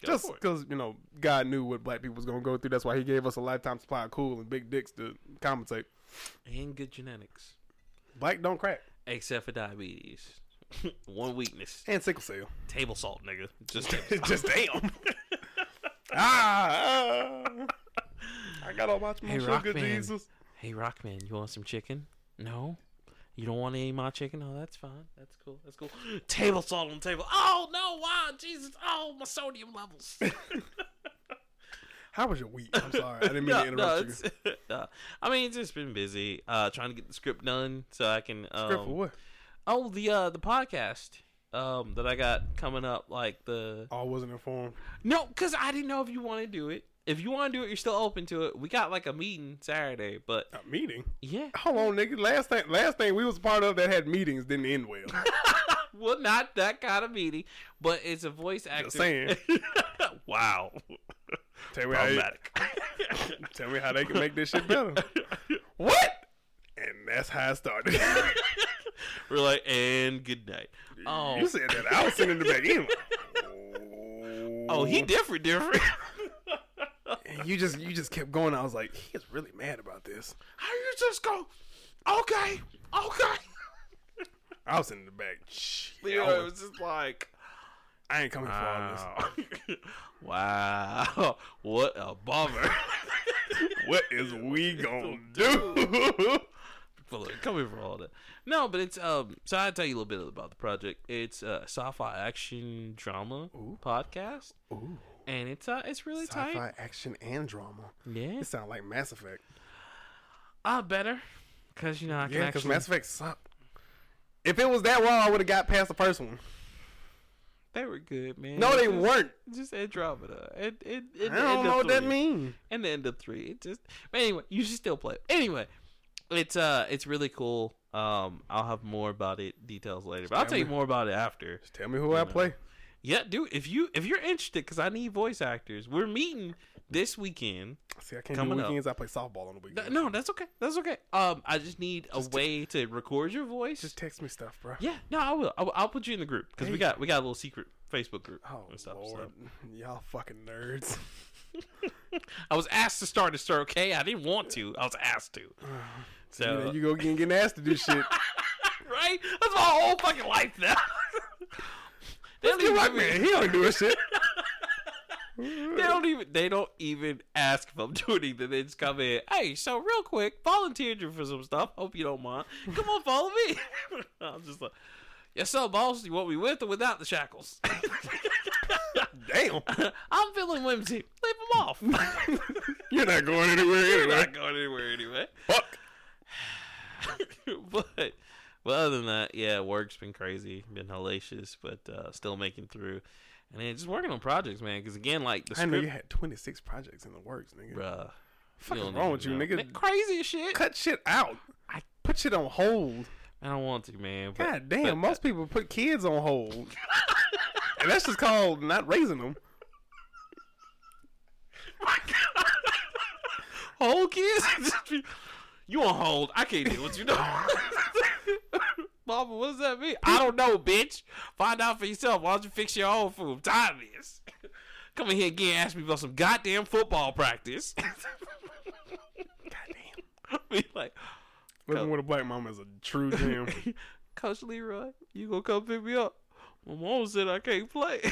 Go Just for it. because you know God knew what black people was gonna go through. That's why He gave us a lifetime supply of cool and big dicks to compensate. and good genetics, Black don't crack except for diabetes. One weakness: and sickle cell. table salt, nigga. Just table salt. Just damn. ah, ah. I got all my, my Hey, sugar, Rockman. Jesus. Hey Rockman, you want some chicken? No. You don't want any of my chicken? Oh, that's fine. That's cool. That's cool. Table salt on the table. Oh no! Why? Jesus! Oh, my sodium levels. How was your week? I'm sorry, I didn't mean to interrupt you. it's, nah. I mean, it's just been busy uh, trying to get the script done so I can. Um, Script for what? Oh, the uh, the podcast um, that I got coming up, like the Oh, I wasn't informed. No, because I didn't know if you want to do it. If you want to do it, you're still open to it. We got like a meeting Saturday, but A meeting? yeah, Hold on, nigga. Last thing, last thing we was part of that had meetings didn't end well. well, not that kind of meeting, but it's a voice actor. saying. wow, Tell me, how they, problematic. tell me how they can make this shit better. what? And that's how it started. We're like, and good night. Oh, you said that. I was sitting in the back end. oh, he different, different. And you just, you just kept going. I was like, he is really mad about this. How you just go? Okay, okay. I was in the back. Shh, Leo I, was just like, ain't coming for all this. wow, what a bummer. What is we gonna do? Well, look, coming from all that. No, but it's um. So I will tell you a little bit about the project. It's a sci-fi action drama Ooh. podcast, Ooh, and it's uh, it's really tight. sci-fi action and drama. Yeah, It sounds like Mass Effect. I Ah, better because you know I can Yeah, because actually. Mass Effect sucked. If it was that raw, I would have got past the first one. They were good, man. No, they Just- weren't. Just Andromeda. And and, and I don't know what that means. And the end of three. It just. But anyway, you should still play. it. Anyway, it's uh, it's really cool. Um, I'll have more about it details later, but I'll tell you more about it after. Just tell me who I know. play. Yeah, dude. If you if you're interested, because I need voice actors. We're meeting this weekend. See, I can't Coming do up. weekends. I play softball on the Th- weekends. No, that's okay. That's okay. Um, I just need a Just way to record your voice. Just text me stuff, bro. yeah, no, I will. I will. I'll put you in the group because we Hey. got we got a little secret Facebook group Oh, and stuff. Lord. Y'all fucking nerds. So. I was asked to start a sir. Okay, I didn't want to. I was asked to. You, know, So you go get, getting asked to do shit. right, that's my whole fucking life now. they don't You're even right, give me- man. He don't do a shit. They don't even they don't even ask if I'm doing anything. They just come in. Hey, so real quick, volunteered you for some stuff. Hope you don't mind. Come on, follow me. I'm just like, yes, sir, boss. You want me with or without the shackles? Damn. I'm feeling whimsy. Leave them off. You're not going anywhere You're anyway. not going anywhere anyway. Fuck. but but other than that, yeah, work's been crazy, been hellacious, but uh, still making through. And then just working on projects, man. Because again, like the I know you script, had 26 projects in the works, nigga. bruh. Fuck you is don't wrong even with you, know. nigga? Man, Crazy as shit. Cut shit out. I- Put shit on hold. I don't want to, man. But uh, God damn, most people put kids on hold. and that's just called not raising them. hold kids. you on hold? I can't do what you know. Mama, what does that mean? I don't know, bitch. Find out for yourself. Why don't you fix your own food? I'm tired of this. Come in here again. Ask me about some goddamn football practice. Goddamn. Be like, Living Go. with a black mom is a true gem. Coach Leroy, you gonna come pick me up? My mom said I can't play.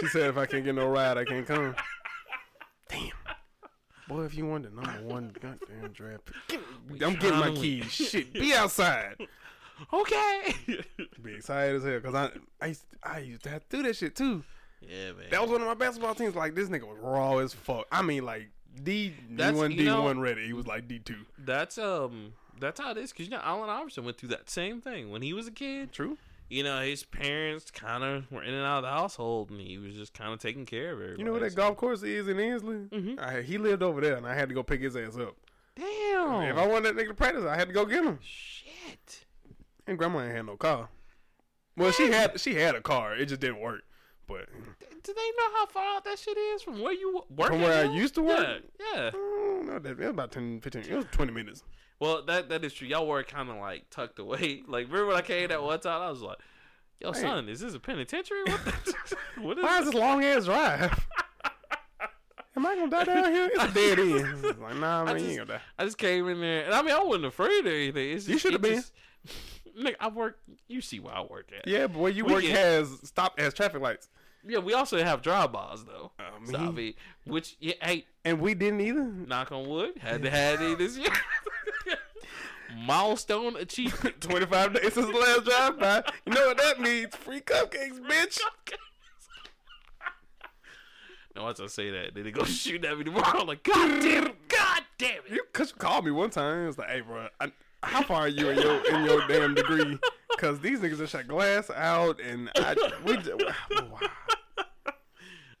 she said if I can't get no ride, I can't come. Damn. Boy, if you want the number one goddamn draft pick, We I'm getting my tryna win. keys. Shit, be outside. okay. Be excited as hell, cause I, I, used, I used to have to do that shit too. yeah, man. That was one of my basketball teams. Like this nigga was raw as fuck. I mean, like D D That's- one you D know- one ready. He was like D two. That's um that's how it is because you know Allen Iverson went through that same thing when he was a kid. True. You know his parents kind of were in and out of the household, and he was just kind of taking care of everybody. You know where that golf course is in Ensley? Mhm. I, he lived over there, and I had to go pick his ass up. If Damn. I wanted that nigga to practice, I had to go get him. Shit. And grandma ain't had no car. Well, she had she had a car. It just didn't work. But Do they know how far out that shit is from where you work? from where I used to Yeah, work, yeah. I don't know that it was about 10, 15, it was twenty minutes. Well, that that is true. Y'all were kind of like tucked away. Like remember when I came that one time, I was like, "Yo, Hey. son, is this a penitentiary? What, the, what is?" Why is this long ass drive? Am I gonna die down here? It's a dead end. It's like, nah, I man, you just- ain't gonna die. I just came in there, and I mean, I wasn't afraid or anything. It's just, You should have it been. just- Nigga, I work. You see where I work at? Yeah, Yeah, but where you We work get- has stop has traffic lights. we also have drive bys though. I mean- Stop it. Which yeah, hey, And we didn't either. knock on wood, had to have it this year. Milestone achievement. Twenty five days since the last drive by. You know what that means? Free cupcakes, bitch. now once I say that, then they go shoot at me tomorrow. I'm like, God damn it, God damn it. You cause you called me one time. It was like, hey, bro, I, how far are you in your in your damn degree? Cause these niggas just shot glass out, and I we just, wow.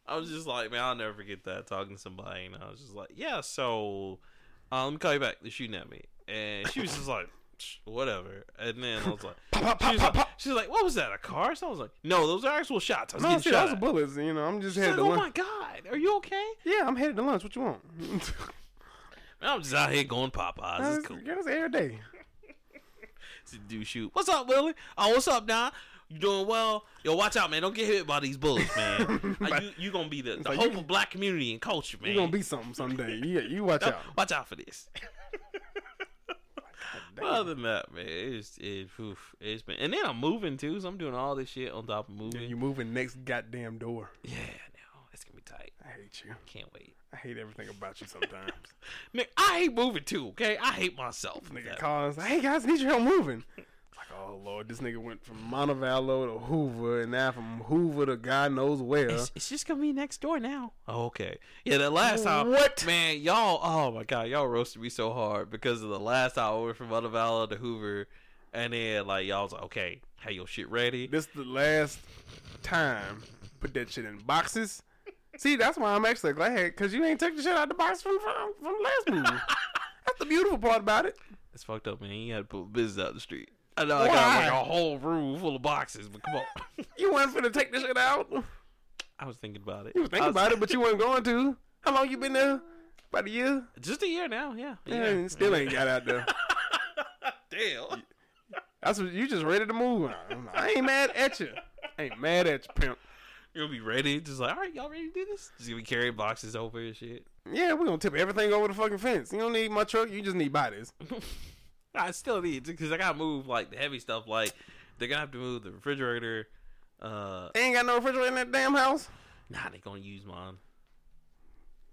I was just like, man, I'll never forget that talking to somebody, and I was just like, yeah, so uh, let me call you back. They're shooting at me, and she was just like, "Psh, whatever. And then I was like, Pop, pop, she pop, was pop, like, pop. she was like, what was that? A car? So I was like, no, those are actual shots. I was No, getting see, shot. those are at." bullets. You know, I'm just She's like, headed to oh my lunch. god, are you okay? Yeah, I'm headed to lunch. What you want? Man, I'm just out here going Popeyes. It's That's cool. Uh, That's every day. to do shoot. What's up, Willie? Oh, what's up, Don? You doing well? Yo, watch out, man. Don't get hit by these bullets, man. Uh, you you gonna be the, the like hope you- of black community and culture, man. You gonna be something someday. Yeah, you watch out. watch out for this. Damn. Other than that, man, it's it, oof, it's been and then I'm moving too, so I'm doing all this shit on top of moving. You moving next goddamn door. yeah, no, it's gonna be tight. I hate you. Can't wait. I hate everything about you sometimes. Nick, I hate moving too. Okay, I hate myself. nigga Yeah. calls, hey guys, need your help moving. Like, oh lord, this nigga went from Montevallo to Hoover, and now from Hoover to God knows where. It's, it's just gonna be next door now. Oh, okay. Yeah, that last time, What? man, y'all. Oh my god, y'all roasted me so hard because of the last time I went from Montevallo to Hoover, and then like y'all was like, okay, have your shit ready. This the last time. Put that shit in boxes. See, that's why I'm actually glad, cause you ain't took the shit out the box from from, from last movie. that's the beautiful part about it. It's fucked up, man. You had to put a business out the street. I know I Why? got like a whole room full of boxes, but come on. You weren't finna take the shit out. I was thinking about it. You was thinking about it, but you weren't going to. How long you been there? About a year. Just a year now, yeah. a Yeah, year. and still ain't got out there. Damn. That's what you just ready to move. I ain't mad at you. I ain't mad at you, pimp. You'll be ready. Just like, all right, y'all ready to do this? Just gonna be carrying boxes over and shit. Yeah, we're gonna tip everything over the fucking fence. You don't need my truck, you just need bodies. I still need to because I gotta move like the heavy stuff. Like they're gonna have to move the refrigerator. Uh, They ain't got no refrigerator in that damn house. nah, they gonna use mine.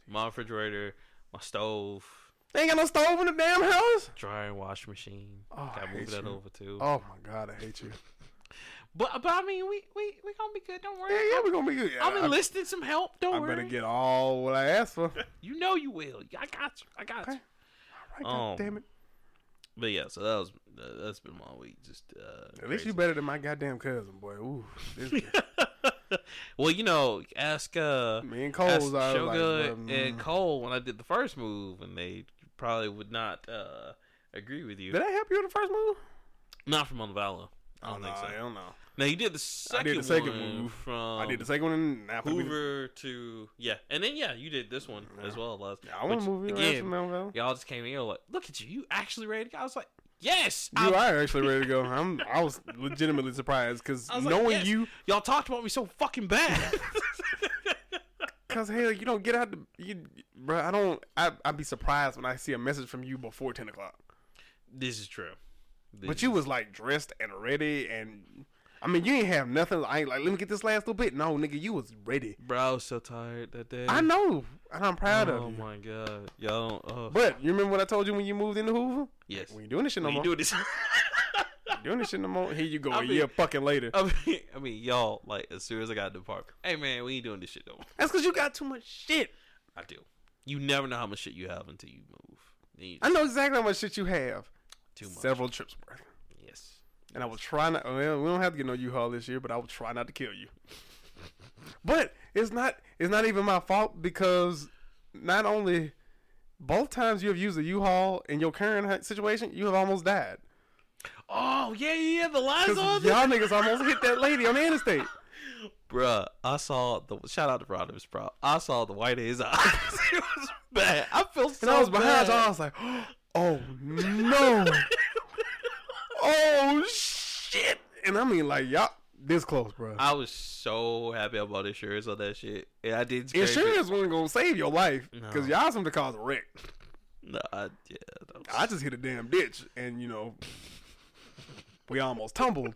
My refrigerator, my stove, They ain't got no stove in the damn house. dryer and wash machine. Oh, I gotta move hate that you. over too. Oh my god, I hate you. But but I mean, we we we gonna be good. Don't worry. Yeah, yeah, we're gonna be good. I'm I- enlisting some help. Don't I, worry. better get all what I asked for. you know you will. I got you. I got you. Okay. All right, god Um, damn it. But yeah, so that was uh, that's been my week. Just uh, At least you better than my goddamn cousin, boy. Ooh, this you. well, you know, ask uh, me and ask Cole's I was like, Shogun bruh, and mm. Cole when I did the first move, and they probably would not uh agree with you. Did I help you in the first move? Not from Montevallo. I don't Oh, think nah, so. I don't know. Now you did the second. the second one move. from I did the second one. And I put me- Um, Hoover to yeah, and then yeah, you did this one as well. Last, I want which, to move you around again, from Melville. Y'all just came in here like, look at you, you actually ready to go? I was like, yes, You I'm- are actually ready to go. I'm. I was legitimately surprised because I was like, knowing yes. you, y'all talked about me so fucking bad. cause hell, you don't get out the. You, bro, I don't. I I be surprised when I see a message from you before ten o'clock. this is true. This But you is- was like dressed and ready, and I mean, you ain't have nothing. I ain't like, let me get this last little bit. No, nigga, you was ready. bro, I was so tired that day. I know, and I'm proud Oh of you. my god, y'all. Don't, oh. But you remember what I told you when you moved into Hoover? Yes. We ain't doing this shit no We more. do this. Ain't doing this shit no more. Here you go. I a mean- year fucking later. I mean, I mean, y'all. Like as soon as I got to the park, hey man, we ain't doing this shit no more. That's cause you got too much shit. I do. You never know how much shit you have until you move. Then you I know exactly how much shit you have. too much. Several trips worth. Yes. And I will try not. Well, we don't have to get no U-Haul this year, but I will try not to kill you. But it's not. It's not even my fault because not only both times you have used a U-Haul in your current hu- situation, you have almost died. Oh yeah, yeah, yeah, the lines on Because there. y'all niggas almost hit that lady on the interstate. Bruh, I saw the shout out to Rodimus, bro. I saw the white of his eyes. it was bad. I feel so And I was bad. behind y'all. I was like, oh no, oh shit. And I mean, like y'all this close, bro. I was so happy about insurance on that shit. And I did scrape it. Insurance wasn't gonna save your life because No. y'all something cause a wreck. No, I, yeah, that was- I just hit a damn ditch, and you know, we almost tumbled,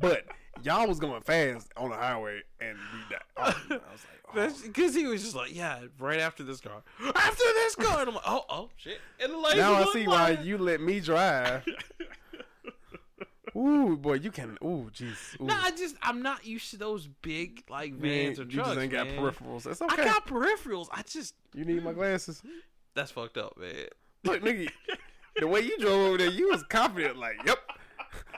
but y'all was going fast on the highway, and we died. Oh, man, I was like, oh. because he was just like, yeah, right after this car, after this car, and I'm like, oh, oh, shit. And the lady now I was see why like- you let me drive. Ooh, boy, you can. Ooh, jeez. Ooh. No, I just I'm not used to those big like You ain't- vans or you trucks. just ain't got man. peripherals. That's I okay. got peripherals. I just You need my glasses. that's fucked up, man. Look, nigga, the way you drove over there, you was confident. Like, yep.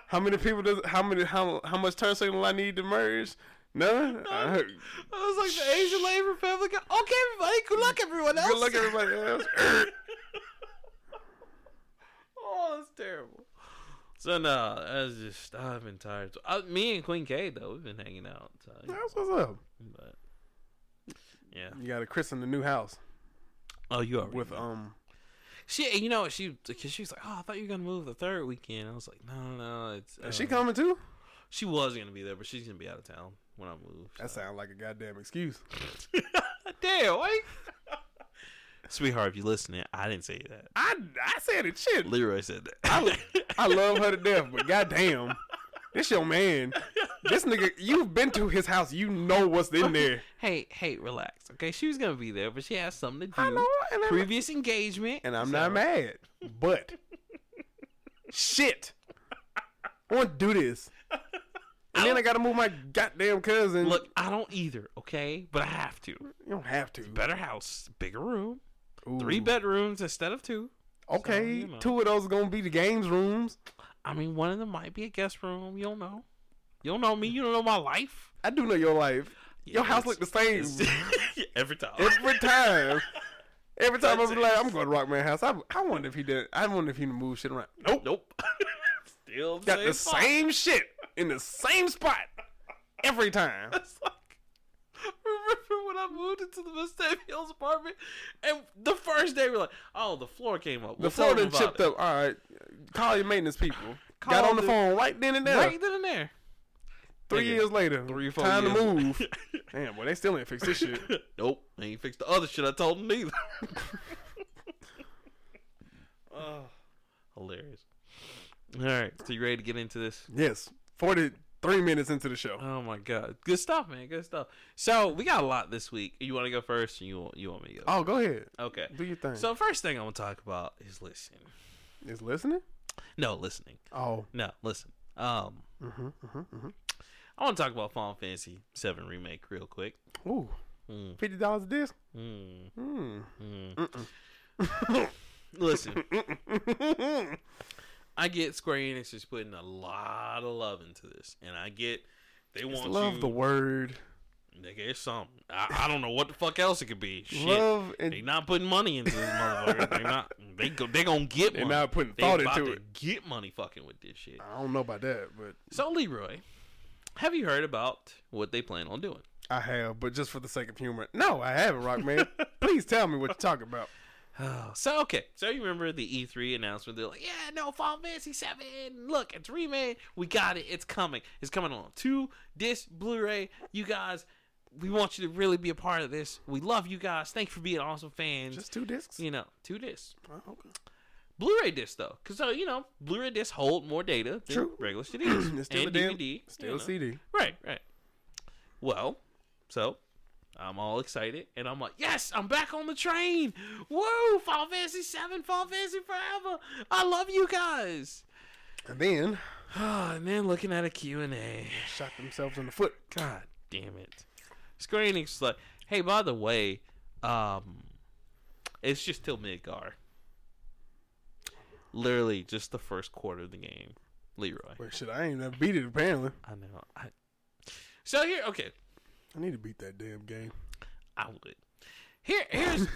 How many people does? How many? How how much turn signal I need to merge? None. Uh, I heard- I was like the Asian Labor Republic. Okay, everybody, good luck, everyone else. Good luck, everybody else. oh, that's terrible. So no, that's just I've been tired. I, me and Queen K though, we've been hanging out. So, That's what's up. but yeah. You got to christen the new house Oh, you are with um. She, and you know, she because she was like, "Oh, I thought you were gonna move the third weekend." I was like, "No, no, no." It's Is she um, coming too? She was gonna be there, but she's gonna be out of town when I move. That so. sounds like a goddamn excuse. Damn, why? Sweetheart, if you listening, I didn't say that. I I said it. Shit. Leroy said I, that. lo- I love her to death, but goddamn, this your man. This nigga, you've been to his house. You know what's in there. hey, hey, relax. Okay, she was gonna be there, but she has something to do. I know, and I'm, Previous engagement, and I'm so- not mad, but shit, I want to do this. And then I gotta move my goddamn cousin. Look, I don't either. Okay, but I have to. you don't have to. Better house, bigger room, Ooh. three bedrooms instead of two. Okay, you know. two of those are gonna be the games rooms. I mean, one of them might be a guest room. You don't know. You don't know me. You don't know my life. I do know your life. your Yeah, house it's- look the same it's- every time. every time. Every time I'm That's like, it. I'm going to Rockman house. I, I wonder if he did. I wonder if he moved shit around. Nope, nope. Still got the spot. same shit in the same spot every time. It's like remember when I moved into the Mustang Hills apartment, and the first day we're like, "Oh, the floor came up." The floor done chipped up. All right, call your maintenance people. got Call on the, the- phone right then and there. Right then and there. three nigga. years later, Three, four time years to move. Damn, boy, they still ain't fixed this shit. nope, they ain't fixed the other shit I told them neither. oh, hilarious. All right, so you ready to get into this? Yes, forty-three minutes into the show. Oh my god, good stuff, man. Good stuff. So we got a lot this week. You want to go first, and you want you want me to go? Oh, go ahead. Okay. Do your thing. So first thing I want to talk about is listen. Is listening? No, listening. Oh, No, listen. Um, mm-hmm, mm-hmm, mm-hmm. I want to talk about Final Fantasy Seven remake real quick. Ooh, Mm, fifty dollars a disc. mm, Hmm. mm. Mm-mm. Listen, Mm-mm. I get Square Enix is putting a lot of love into this, and I get they Just want love you. the word. Nigga, it's something. I, I don't know what the fuck else it could be. Shit, Love and they not putting money into this motherfucker. they not. They go. They gonna get they're money. not putting they thought about into to it. get money fucking with this shit. I don't know about that, but So Leroy, have you heard about what they plan on doing? I have. But just for the sake of humor, no, I haven't, Rockman. Please tell me what you're talking about. Oh, so okay, so you remember the E3 announcement? They're like, "Yeah, no, Final Fantasy Seven. Look, it's remade. We got it. It's coming. It's coming on two disc Blu-ray. You guys, we want you to really be a part of this. We love you guys. Thanks for being awesome fans. Just two discs. you know, two discs, Oh, okay. Blu-ray disc though, because so you know, Blu-ray discs hold more data than True. regular CDs It's still and a damn- DVD. Still you know. CD. Right, right. Well, so I'm all excited, and I'm like, "Yes, I'm back on the train! Woo! Final Fantasy Seven, Final Fantasy Forever! I love you guys!" And then and then looking at a Q and A. shot themselves in the foot. God damn it! Square Enix is like, "Hey, by the way, um, It's just till Midgar. Literally, just the first quarter of the game. Leroy. Well, shit, I ain't never beat it. Apparently, I know. I... So here, okay, I need to beat that damn game I would. Here, here's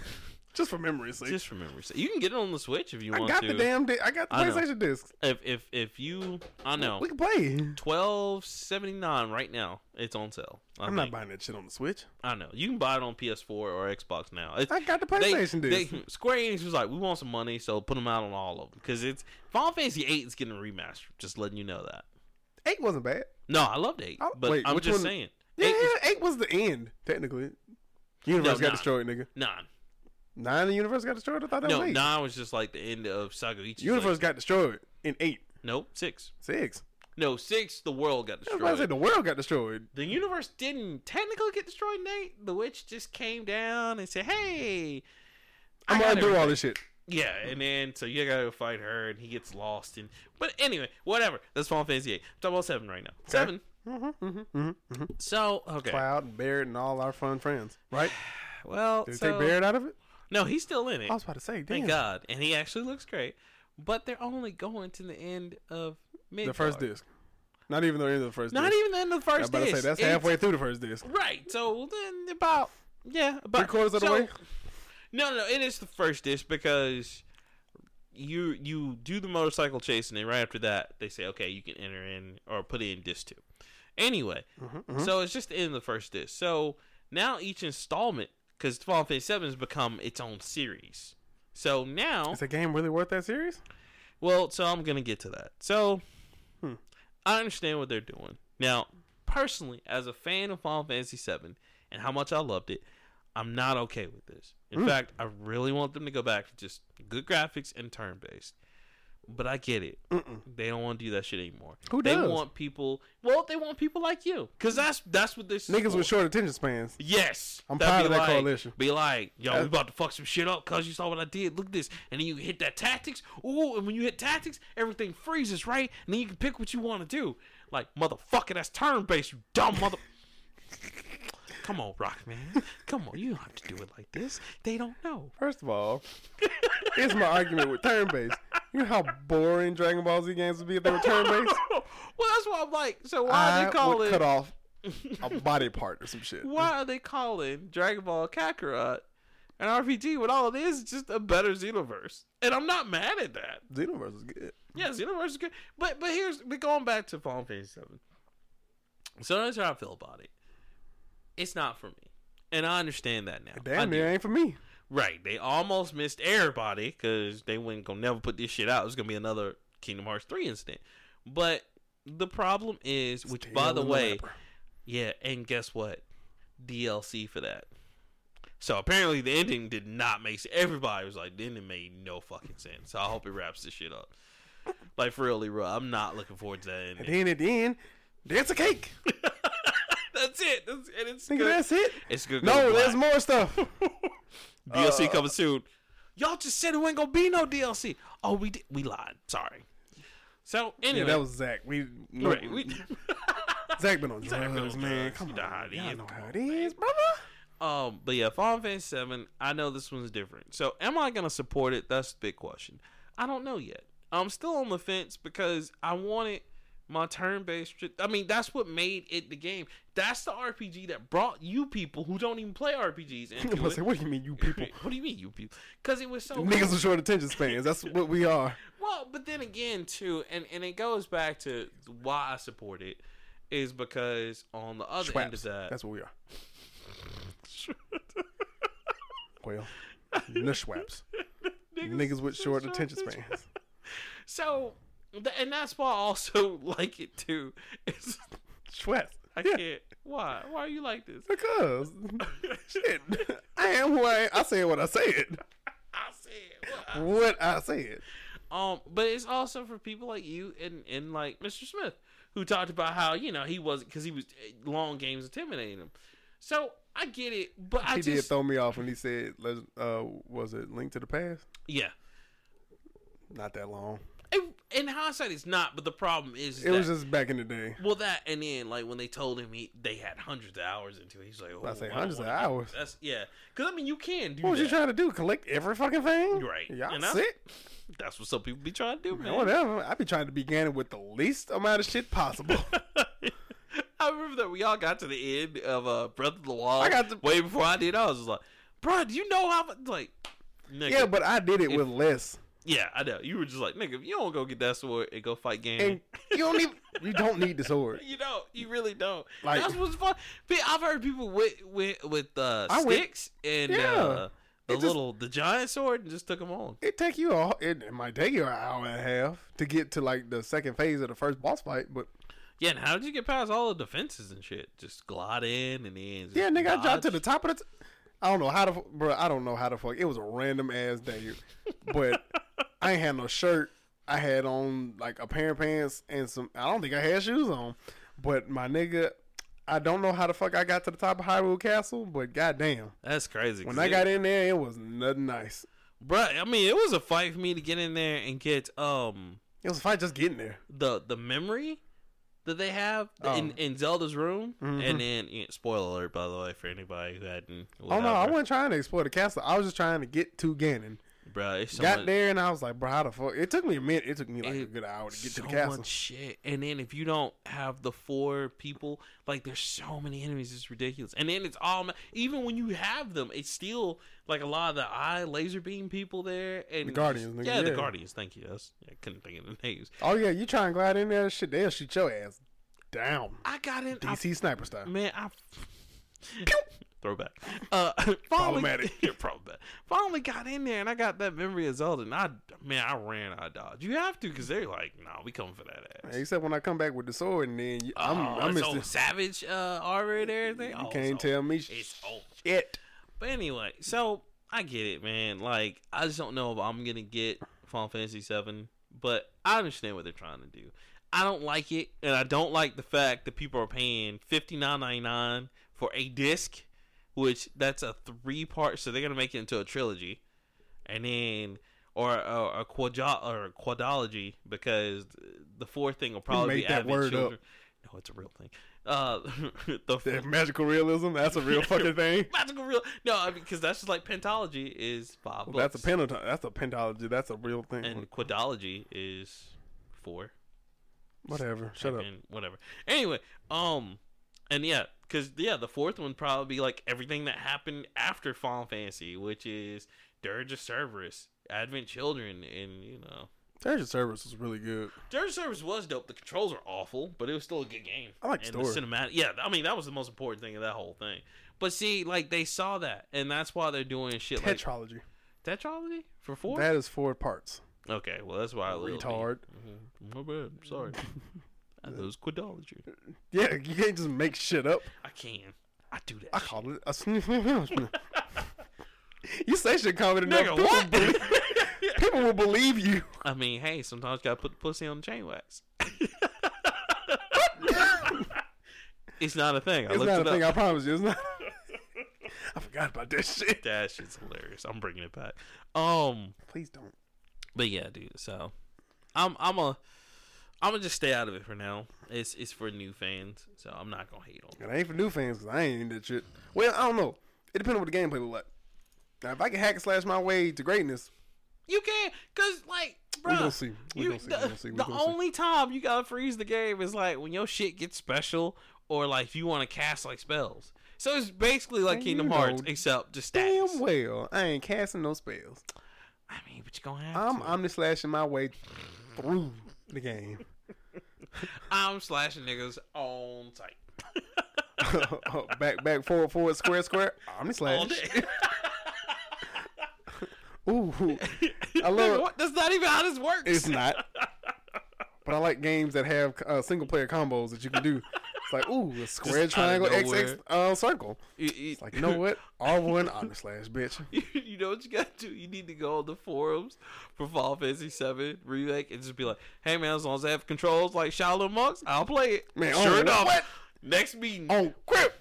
just for memory's sake. just remember. So you can get it on the Switch if you I want got to. the damn. Di- I got the I know. PlayStation disc. if if if you, I know. We can play. Twelve seventy nine right now. It's on sale. I I'm not think. buying that shit on the Switch. I know. You can buy it on PS4 or Xbox now. It's, I got the they- PlayStation they- disc. Square Enix was like, we want some money, so put them out on all of them because it's Final Fantasy Eight is getting remastered. Just letting you know that. Eight wasn't bad. No, I loved Eight, Oh, but wait, I'm which just one- saying. Yeah, Eight was, eight was the end technically. Universe got nah. destroyed, nigga. nine. Nine, the universe got destroyed. I thought that No, was eight. nine was just like the end of Sagoichi. universe Like, got destroyed in eight, nope, six. six. No, six. The world got That's why I destroyed. said the world got destroyed. the universe didn't technically get destroyed, Nate. The witch just came down and said, "Hey, I I'm got gonna undo all everything." this shit. Yeah, and then so you gotta go fight her, and he gets lost. And but anyway, whatever. That's Final Fantasy Eight. I'm talking about seven right now. Seven. Mm-hmm, mm-hmm, mm-hmm, mm-hmm. So okay. Cloud and Barrett and all our fun friends, right? Well, Did they so, take Barrett out of it? no, he's still in it. I was about to say, Thank damn. God, and he actually looks great. But they're only going to the end of Midgar. The first disc. Not even the end of the first Not disc. even the end of the I was first about disc. to say, that's It's- halfway through the first disc. Right. So then about yeah, about Three quarters of the so- way? No, no, it is the first disc because you you do the motorcycle chase and then right after that they say okay you can enter in or put in disc two. Anyway, Mhm, mhm. so it's just the end of the first disc. So now each installment because Final Fantasy Seven has become its own series. So now, Is the game really worth that series? well, so I'm gonna get to that. So Hmm. I understand what they're doing now. Personally, as a fan of Final Fantasy Seven and how much I loved it, I'm not okay with this. In Hmm. fact, I really want them to go back to just good graphics and turn based. But I get it. Mm-mm. They don't want to do that shit anymore. Who they does? want people? Well, they want people like you, because that's that's what this is Niggas for. with short attention spans. Yes, I'm That'd proud be of that like, coalition. Uh, Be like, yo, we That's- about to fuck some shit up because you saw what I did. Look at this, and then you hit that tactics. Ooh, and when you hit tactics, everything freezes, right? And then you can pick what you want to do. Like motherfucker, that's turn based. You dumb mother. Come on, Rockman. Come on, you don't have to do it like this. They don't know. First of all, it's my argument with turn based. You know how boring Dragon Ball Z games would be if they were turn well, based? that's why I'm like. So why I are they call would it? cut off a body part or some shit. why are they calling Dragon Ball Kakarot an RPG when all it is is just a better Xenoverse? And I'm not mad at that. Xenoverse is good. Yeah, Xenoverse is good. But but here's but going back to Final Fantasy Seven. So that's how I feel about it. It's not for me. And I understand that now. I Damn, do. it ain't for me. Right. They almost missed everybody because they wouldn't gonna never put this shit out. It's gonna be another Kingdom Hearts three incident. But the problem is, which by Tail the in way, wrapper. yeah, and guess what? DLC for that. So apparently the ending did not make sense. Everybody was like, the ending made no fucking sense. So I hope it wraps this shit up. Like for real, Leroy, I'm not looking forward to that and ending. then at the end, that's a cake. that's it. That's, and it's Nigga, good. that's it. It's good. No, there's more stuff. DLC uh, coming soon. Y'all just said it wasn't gonna be no DLC. Oh, we did. We lied. Sorry. So anyway, Yeah, that was Zach. We, no, right, we- Zach been on drugs, Zach been on man. drugs. Come You on, know how it y'all is. know Come how on, it is, brother. Um, but yeah, Final Fantasy Seven. I know this one's different. So, am I gonna support it? That's the big question. I don't know yet. I'm still on the fence because I wanted my turn-based. stri- I mean, that's what made it the game. That's the RPG that brought you people who don't even play RPGs I'm into about to say, it. what do you mean, you people? What do you mean, you people? Because it was so Niggas with short attention spans. That's what we are. well, but then again, too, and and it goes back to why I support it is because on the other end of Schwaps. that, That's what we are. Well, nushwaps. Niggas with short attention spans. So, th- and that's why I also like it too. It's, Schwaps. I Yeah, can't. Why? Why are you like this? because shit, I am who I am. I said what I said. I said. Why? What I said. Um, but it's also for people like you and and like Mr. Smith, who talked about how you know he wasn't because he was eh, long games intimidating him. So I get it, but I he did just throw me off when he said, "Leg- uh, "Was it Link to the Past?" yeah. Not that long. It, in hindsight, it's not. But the problem is, is It was that- just back in the day. well that and then like when they told him he they had hundreds of hours into it, he's like, oh, I say don't hundreds of wanna do- hours. That's yeah. Because I mean, you can do What was you that. trying to do? Collect every fucking thing? Right. Y'all And that's- sick? That's what some people be trying to do, man. Man, whatever. I be trying to begin with the least amount of shit possible. I remember that we all got to the end of uh, Breath of the Wild. I got to- way before I did. I was just like, bro, do you know how much like? Nigga, yeah, but I did it If- with less. yeah, I know. You were just like, nigga, if you don't go get that sword and go fight game. And you don't even you don't need the sword. You don't. You really don't. Like- That's what's fun. Pe- I've heard people with with with uh, I went- sticks and Yeah. uh, the It just- little the giant sword and just took them on. It take you all it, it might take you an hour and a half to get to like the second phase of the first boss fight, but Yeah, and how did you get past all the defenses and shit? Just glide in and then. Just yeah, nigga, I dropped to dodge? the top of the t- I don't know how to bro, I don't know how to fuck. It was a random ass day. But I ain't had no shirt. I had on like a pair of pants and some I don't think I had shoes on. But my nigga I don't know how the fuck I got to the top of Hyrule Castle, but goddamn. That's crazy. When I got in there, it was nothing nice. bro, I mean, it was a fight for me to get in there and get um It was a fight just getting there. the the memory that they have in Oh. in Zelda's room, Mhm. and then yeah, spoiler alert by the way for anybody who hadn't. Oh no, I whatever. wasn't trying to explore the castle. I was just trying to get to Ganon. Bro, it's so Got much- there and I was like, bro, how the fuck? It took me a minute. It took me like a It- good hour to get so to the castle. much shit. And then if you don't have the four people, like there's so many enemies, it's ridiculous. And then it's all ma- even when you have them, it's still like a lot of the eye laser beam people there and The Guardians, nigga, yeah, the yeah. guardians. Thank you. That's, I couldn't think of the names. Oh yeah, you try and glide in there, shit, they'll shoot your ass down. I got in. I, DC sniper style. man, I throwback. Uh, finally, Problematic. yeah, problematic. Finally got in there and I got that memory of Zelda. And I man, I ran. I dodged. You have to because they're like, nah, we coming for that ass. Except when I come back with the sword, and then you, I'm, oh, I it's missed old it. Savage uh, armor and everything. You Oh, it's can't old. tell me It's old. shit. But anyway, so I get it, man. Like I just don't know if I'm gonna get Final Fantasy VII, but I understand what they're trying to do. I don't like it, and I don't like the fact that people are paying fifty nine ninety nine for a disc, which that's a three part. So they're gonna make it into a trilogy, and then or, or a quadro or a quadology because the fourth thing will probably be made that Advent word up? Children. No, it's a real thing. Uh, the That magical realism. That's a real fucking thing. magical real. No, I mean, because that's just like pentology is five Well, books. that's a pentology. That's a pentology. That's a real thing. and quadology is four. Whatever. Shut up. And whatever. Anyway, um, and yeah, because yeah, the fourth one probably be like everything that happened after Final Fantasy, which is Dirge of Cerberus, Advent Children, and you know, Treasure Service was really good. Dirge of Cerberus was dope. The controls are awful, but it was still a good game. I like and story. the cinematic. Yeah, I mean that was the most important thing of that whole thing. But see, like they saw that, and that's why they're doing shit like Tetralogy. tetralogy for four. That is four parts. Okay, well that's why I little Retard. Mhm. My bad. Sorry. that was quadology. Yeah, you can't just make shit up. I can. I do that. I shit. call it a sniff. you say shit comedy enough. Nigga, people what? believe- people will believe you. I mean, hey, sometimes you gotta put the pussy on the chain wax. it's not a thing. I It's looked not it a thing. up. I promise you. It's not. I forgot about that shit. that shit's hilarious. I'm bringing it back. Um, Please don't. but yeah, dude. So, I'm I'm a I'm gonna just stay out of it for now. It's it's for new fans, so I'm not gonna hate on. it. It ain't for new fans because I ain't in that shit. Well, I don't know. It depends on what the gameplay look like. Now, if I can hack and slash my way to greatness, You can, cause like, bro, we gonna see. We You- gonna see. We the gonna see. We the gonna see. only time you gotta freeze the game is like when your shit gets special or like if you want to cast like spells. So it's basically like Man, Kingdom you Hearts know except just stats. Damn well, I ain't casting no spells. I mean, but you gonna have I'm to. omni slashing my way through the game. I'm slashing niggas on sight back, back, forward, forward, square, square. Omni all slash. day. Ooh, I Nigga, love. what? That's not even how this works. It's not. But I like games that have uh, single player combos that you can do. It's like, ooh, a square, Just out of triangle, XX, nowhere. uh, circle. You- you- Like, you know what? R1 honor slash, bitch. You, you know what you gotta do? You need to go on the forums for Final Fantasy Seven remake and just be like, "Hey man, as long as I have controls like Shiloh monks, I'll play it." Man, sure oh, enough. what? Next meeting, Oh, crap.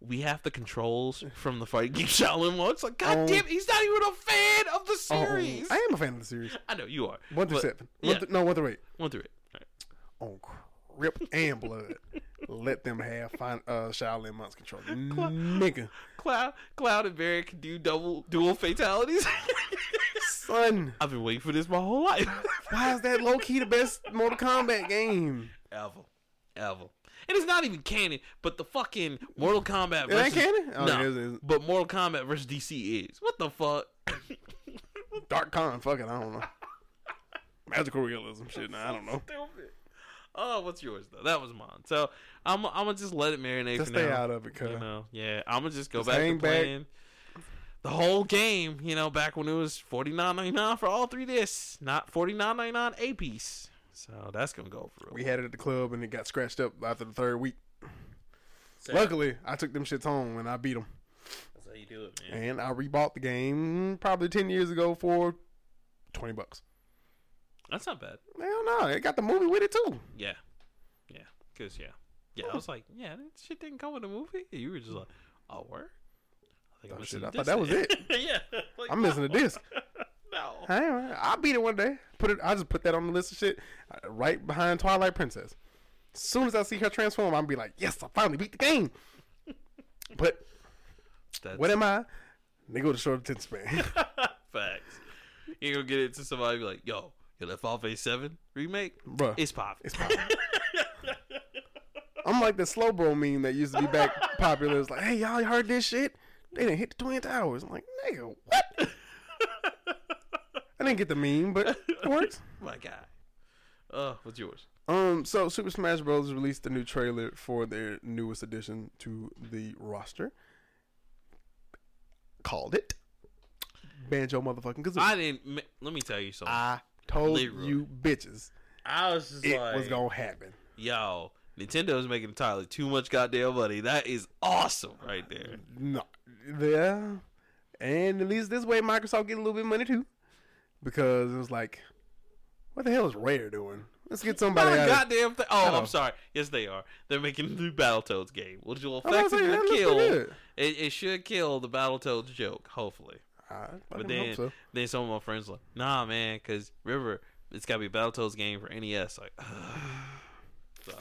we have the controls from the fight Geek Shaolin one. It's like, God Oh. damn, he's not even a fan of the Oh, series. I am a fan of the series. I know you are. One through But- seven. One yeah. through- no, one through eight. One through it. All right. On Crip and Blood. Let them have fine, uh, Shaolin Monks control. Nigga. Cloud, Cloud, and Barry can do double dual fatalities. Son. I've been waiting for this my whole life. Why is that low key the best Mortal Kombat game? Ever, ever. And it's not even canon, but the fucking Mortal Kombat Is that versus canon? Oh, No. it is, it is. but Mortal Kombat versus DC is what the fuck. Dark Con. Fuck it. I don't know. Magical realism. Shit. Nah, I don't know. Stupid. Oh, what's yours though? That was mine. So I'm I'm gonna just let it marinate Just for stay now. out of it, cuz. You know, yeah. I'm gonna just go Just back to hang back. playing the whole game. You know, back when it was forty nine ninety nine for all three discs, not forty nine ninety nine a piece. So that's gonna go for We real. had it at the club and it got scratched up after the third week. Sad. Luckily, I took them shits home and I beat them. That's how you do it, man. And I rebought the game probably 10 years ago for 20 bucks. That's not bad. Hell no. It got the movie with it too. Yeah, yeah. Cause yeah, yeah. I was like, yeah, that shit didn't come in the movie. You were just like, oh, where? I think Oh, I'm shit, missing a I thought disc that was there. it. yeah, like, I'm missing a no. disc. no. I don't know. I'll beat it one day. Put it. I just put that on the list of shit uh, right behind Twilight Princess. As soon as I see her transform, I'll be like, "Yes, I finally beat the game." But That's what am I? Nigga with a short attention span. Facts. You gonna get it to somebody be like, yo, yo, that Fall Phase Seven remake, Bruh. it's pop. It's pop. I'm like the slow bro meme that used to be back popular. It's like, "Hey, y'all heard this shit? They didn't hit the twin towers." I'm like, "Nigga, what?" I didn't get the meme, but it works. My guy. Uh, what's yours? Um, so Super Smash Bros. released a new trailer for their newest addition to the roster. Called it Banjo motherfucking Kazooie. I, I didn't. ma- Let me tell you something. told Leroy. you bitches, I was just it was gonna happen. yo, Nintendo's making entirely too much goddamn money. That is awesome right there. No, yeah, and at least this way Microsoft get a little bit of money too, because it was like, what the hell is Rare doing? Let's get Not somebody a out. of- goddamn thing. Oh, No. I'm sorry. Yes, they are. They're making the new Battletoads game, which will I was about to say, that effectively looks kill. It, good. it should kill the Battletoads joke, hopefully. I But fucking then, hope so. then some of my friends like, nah, man, because River, it's got to be a Battletoads game for NES. Like, so,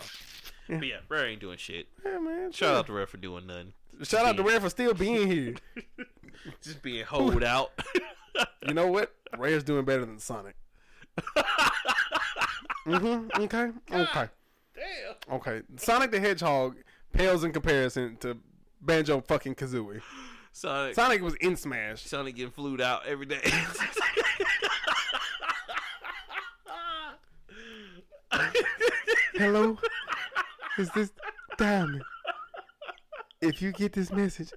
Yeah. but yeah, Rare ain't doing shit. Yeah, man. Shout out to Rare for doing nothing. Shout out to Rare for still being here. Just being holed out. You know what? Rare's doing better than Sonic. mm-hmm. Okay. Okay. Damn. Okay. Sonic the Hedgehog pales in comparison to Banjo fucking Kazooie. Sonic, Sonic, Sonic was in Smash. getting flued out every day. Hello? Is this Diamond? If you get this message,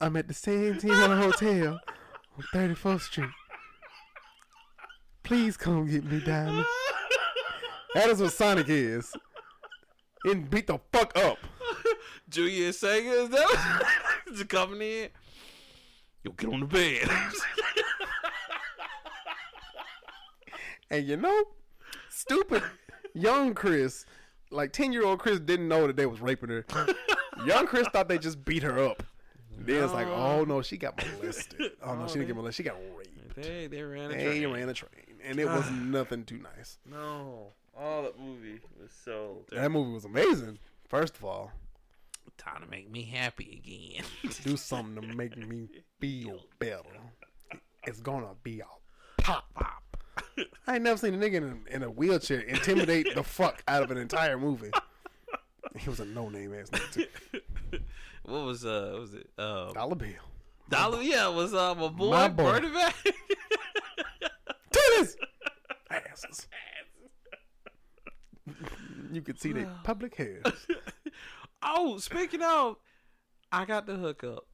I'm at the Santana Hotel on 34th Street. Please come get me, Diamond. That is what Sonic is. And beat the fuck up. Junior Sega is that what- just coming in? Yo, get on the bed. And you know, stupid young Chris, like 10 year old Chris, didn't know that they was raping her. young Chris thought they just beat her up. Then it's like, oh no, she got molested. Oh no, she didn't get molested. She got raped. they they ran a They train. ran a train, and it was nothing too nice. No. Oh, that movie was so. That movie was amazing. First of all, Time to make me happy again. do something to make me feel better. It's gonna be a pop pop. I ain't never seen a nigga in a, in a wheelchair intimidate the fuck out of an entire movie. He was a no name ass nigga too. what was uh what was it uh Dollar bill. Dollar yeah was uh my boy, My boy. Bernie Mac Tennis asses. You could see they public hair. Oh, speaking of I got the hookup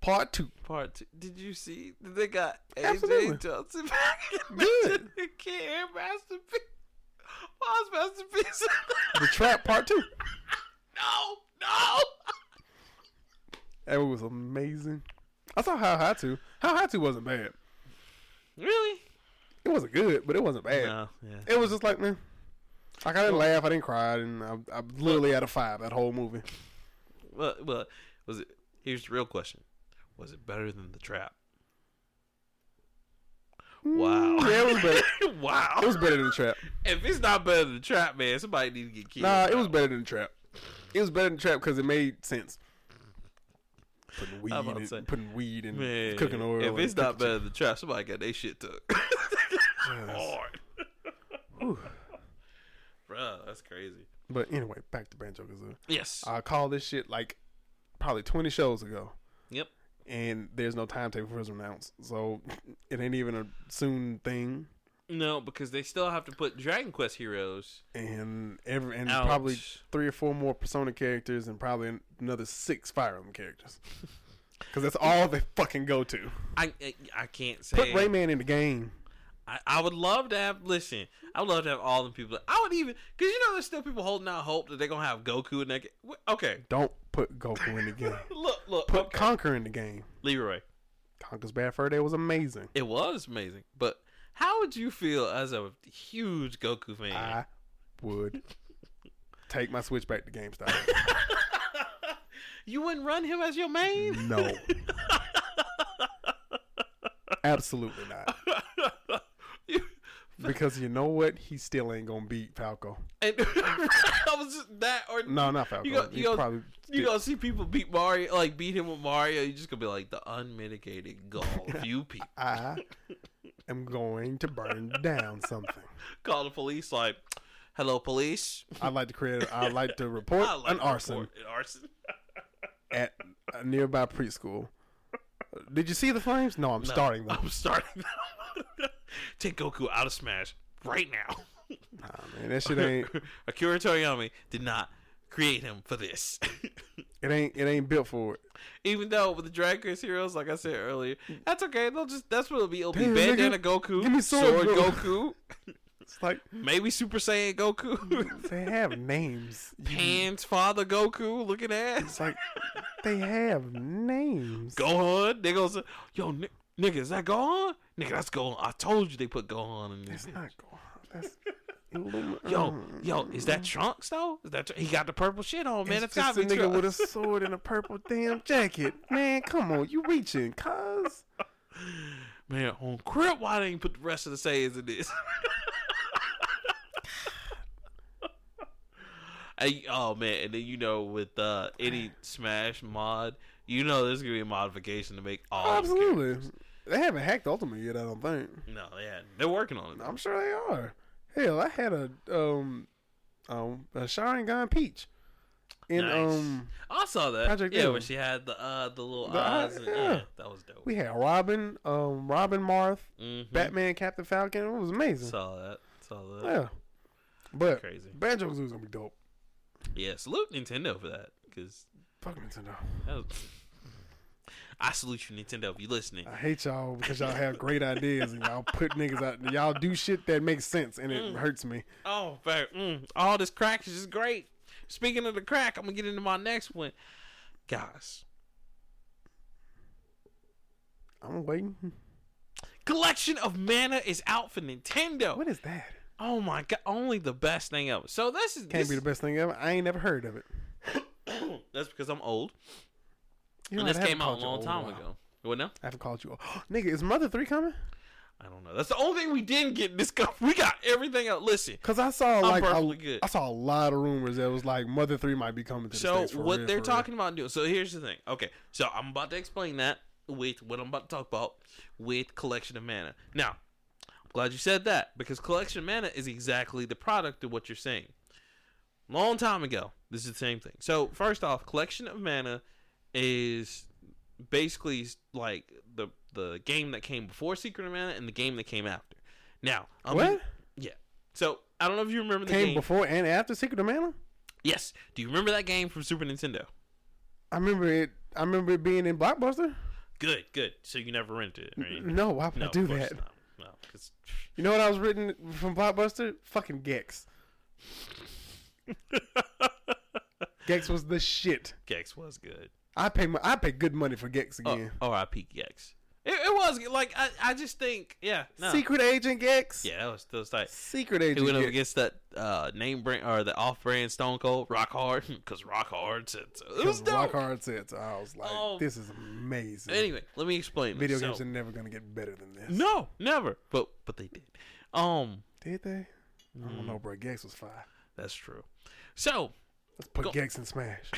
Part two. part two. Did you see that they got Absolutely. AJ Johnson back in Good. the kid masterpiece? Why is masterpiece? The trap part two. no, no. That was amazing. I saw How High Two. How High Two wasn't bad. Really? It wasn't good, but it wasn't bad. No, yeah. It was just like, man. Like I didn't laugh, I didn't cry, and I, I literally had a five that whole movie. Well, well, was it Here's the real question: Was it better than the trap? Wow. Yeah, it was better. wow. It was better than the trap. if it's not better than the trap, man, somebody need to get killed. Nah, it was better than the trap. It was better than the trap because it made sense. Putting weed, I'm about to say. in, putting weed and man. cooking oil. If and it's not cooking better than the trap, somebody got their shit took. chips. Hard. Bruh, that's crazy. But anyway, back to Banjo Kazooie. Yes. I called this shit like probably 20 shows ago. Yep. And there's no timetable for it to announce. So it ain't even a soon thing. no, because they still have to put Dragon Quest Heroes And every and out. probably three or four more Persona characters and probably another six Fire Emblem characters. Because that's all they fucking go to. I I, I can't Put say. Rayman in the game. I, I would love to have. Listen, I would love to have all the people. I would even because you know there's still people holding out hope that they're gonna have Goku in that. Game. Okay, Don't put Goku in the game. look, look, Put okay. Conquer in the game. Leroy. Conquer's Bad Fur Day was amazing. It was amazing, but how would you feel as a huge Goku fan? I would take my Switch back to GameStop. you wouldn't run him as your main. No. Absolutely not. You- Because you know what? He still ain't gonna beat Falco. and I was just that or No, not Falco. You go- you He's go- probably You gonna see people beat Mario, like beat him with Mario. You're just gonna be like the unmitigated gall. of You people I am going to burn down something. call the police. Like, hello, police. I'd like to create. A, I'd like to report I like an the arson report. An arson. at a nearby preschool. Did you see the flames? No, I'm starting them. I'm starting them. Take Goku out of Smash right now. Nah, man, that shit ain't. Akira Toriyama did not create him for this. It ain't. It ain't built for it. Even though with the Dragon Quest Heroes, like I said earlier, that's okay. They'll just that's what it'll be. It'll be Damn, nigga. bandana Goku, Give me sword, bro. Goku, It's like maybe Super Saiyan Goku, they have names. You- Pan's father Goku, looking ass. It's like they have names. Gohan, they gonna say, yo, ni- nigga, is that Gohan? Nigga, that's Gohan. I told you they put Gohan in this. It's not Gohan. That's Illumi- Yo, Mm. yo, is that Trunks though? Is that Tr- he got the purple shit on, man? it's It's gotta just a be nigga Trunks. with a sword and a purple damn jacket. Man, come on, you reaching, cuz. man on crib. Why they ain't put the rest of the sayings in this? Hey, oh man, and then you know with uh, any Smash mod, you know there's gonna be a modification to make all. of the characters. Absolutely. They haven't hacked Ultimate yet, I don't think. No, yeah, they're working on it. though. I'm sure they are. Hell, I had a um um a Sharingan Peach. And Nice. um I saw that. Project yeah, M. where she had the uh, the little The eyes. eye- and, yeah. yeah, that was dope. we had Robin, um Robin Marth, Mhm. Batman, Captain Falcon. It was amazing. Saw that. Saw that. yeah. But Crazy. Banjo Kazooie gonna be dope. Yeah, salute Nintendo for that because Fuck Nintendo. that was. I salute you, Nintendo. If you listening, I hate y'all because y'all have great ideas and y'all put niggas out. Y'all do shit that makes sense and Mm. it hurts me. Oh, fair. Mm, all this crack is just great. Speaking of the crack, I'm gonna get into my next one, guys. I'm waiting. Collection of Mana is out for Nintendo. What is that? Oh my god! Only the best thing ever. So this is Can't this, be the best thing ever. I ain't never heard of it. that's because I'm old, and You know, I this haven't came out called a you long old in time while. ago. What now? I haven't called you. old. nigga, is Mother Three coming? I don't know. That's the only thing we didn't get in this. co- We got everything out. Listen, Cause I saw I'm like perfectly a, good. I saw a lot of rumors that was like Mother Three might be coming to the So States for what they're real, for real. talking about doing. So here's the thing. Okay, so I'm about to explain that with what I'm about to talk about with collection of mana. Now, I'm glad you said that because collection of mana is exactly the product of what you're saying. Long time ago, this is the same thing. So first off, collection of mana is basically like the the game that came before Secret of Mana and the game that came after. Now, I'm What? Yeah. So I don't know if you remember the came game. before and after Secret of Mana. yes. Do you remember that game from Super Nintendo? I remember it. I remember it being in Blockbuster. Good, good. So you never rented it, right? No, why would I do that? Not. No, 'cause- You know what I was written from Blockbuster? Fucking Gex. Gex was the shit. Gex was good. I pay my, I pay good money for Gex Oh, again. R.I.P. Gex. It, it was like I, I just think yeah no Secret Agent Gex. yeah that was that was tight. Secret He Agent went up Gex. against that uh, name brand or the off brand Stone Cold Rock Hard because Rock Hard said so. It was 'Cause dope. Rock Hard said, so. I was like, Oh. this is amazing. Anyway, let me explain. Video this. So- games are never gonna get better than this. no, never. But but they did. Um, Did they? I don't know, Mm. bro. Gex was fire. that's true. So Let's put Go- Gex in Smash.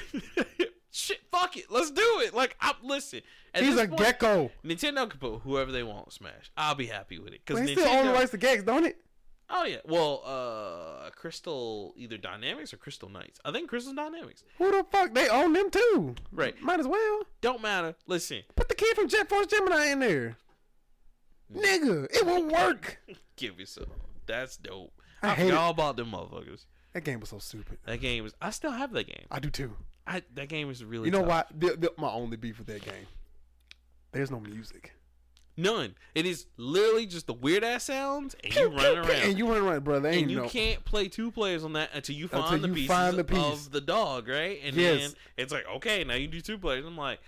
shit, fuck it, let's do it. Like I'm listen. At He's this a point, gecko. Nintendo can put whoever they want on Smash. I'll be happy with it because But he Nintendo. still only rights to Gex, don't it? oh yeah, well, uh, Crystal either Dynamics or Crystal Knights. I think Crystal Dynamics. Who the fuck? They own them too. Right. Might as well. Don't matter. Listen, Put the kid from Jet Force Gemini in there. Mm. Nigga, it will work. give yourself. That's dope. I I, hate forgot all about them motherfuckers. That game was so stupid. That game is. I still have that game. I do too. I that game is really. You know tough. why? The- the- my only beef with that game. There's no music. None. It is literally just the weird ass sounds, and you run around, And and you, you run around, bro. There ain't no. can't play two players on that until you find, Until the, you pieces find the piece. of the dog, right? And Yes. then it's like, okay, now you do two players. I'm like,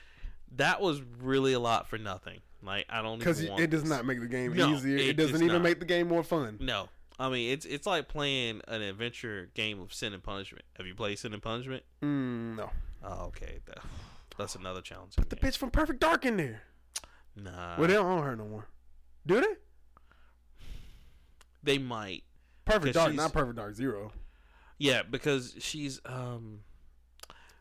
that was really a lot for nothing. Like, I don't Because even want it does this. not make the game No, easier. it It, doesn't does even not. make the game more fun. No, I mean it's it's like playing an adventure game of Sin and Punishment. Have you played Sin and Punishment? Mm, no. Oh, okay, that, that's another challenge. The bitch from Perfect Dark in there. Nah, well, they don't own her no more. Do they? they might. Perfect Because Dark, she's- not Perfect Dark Zero. Yeah, because she's um.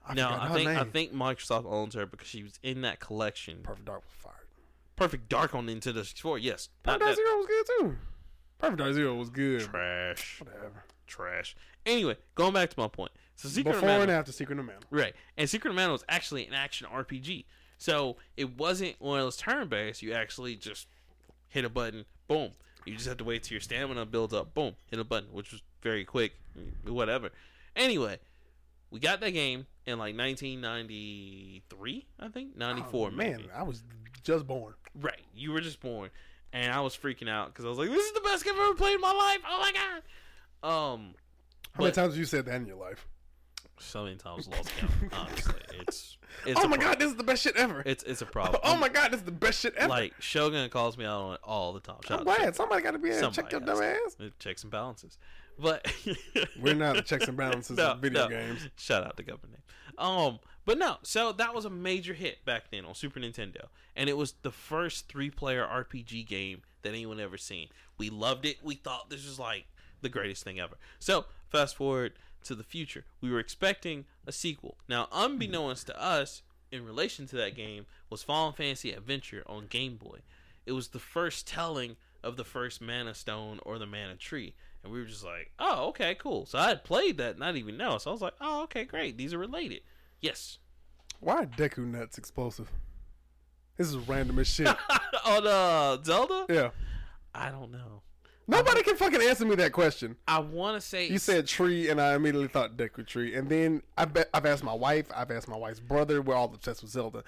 I no, forgot I her think I name. think Microsoft owns her because she was in that collection. Perfect Dark was fired. Perfect Dark on Nintendo 64. Yes, not Perfect Dark that Zero was good too. Perfect Dark Zero was good. trash, Whatever. trash. Anyway, going back to my point. So Secret Before of and Mana, after Secret of Mana. right? And Secret of Mana was actually an action RPG, so it wasn't one of those turn-based. You actually just hit a button, boom. You just have to wait till your stamina builds up, boom, hit a button, which was very quick, whatever. Anyway, we got that game in like 1993, I think, 94, Oh, man, maybe. I was just born. Right. You were just born. And I was freaking out because I was like, this is the best game I've ever played in my life. Oh my God. Um, How many But- times have you said that in your life? so many times lost count. Honestly, it's it's oh a my pro- god, this is the best shit ever. it's it's a problem. Oh my god, this is the best shit ever. Like Shogun calls me out on it all the time. Shout I'm out to glad somebody got to be there and check Somebody your dumb ass. Shogun. It checks and balances, but We're not the checks and balances No, of video no. games. Shout out to government name. Um, but no, so that was a major hit back then on Super Nintendo, and it was the first three-player RPG game that anyone ever seen. We loved it. We thought this was like the greatest thing ever. So fast forward to the future, we were expecting a sequel. Now, unbeknownst to us, in relation to that game, was Final Fantasy Adventure on Game Boy. It was the first telling of the first Mana Stone or the Mana Tree. And we were just like, oh, okay, cool. So I had played that, not even know. So I was like, oh, okay, great. These are related. Yes. Why are Deku nuts explosive? This is random as shit. On uh, Zelda? yeah. I don't know. Nobody can fucking answer me that question. I want to say. You said tree, and I immediately thought Deku tree. And then I bet I've asked my wife, I've asked my wife's brother. We're all obsessed with Zelda.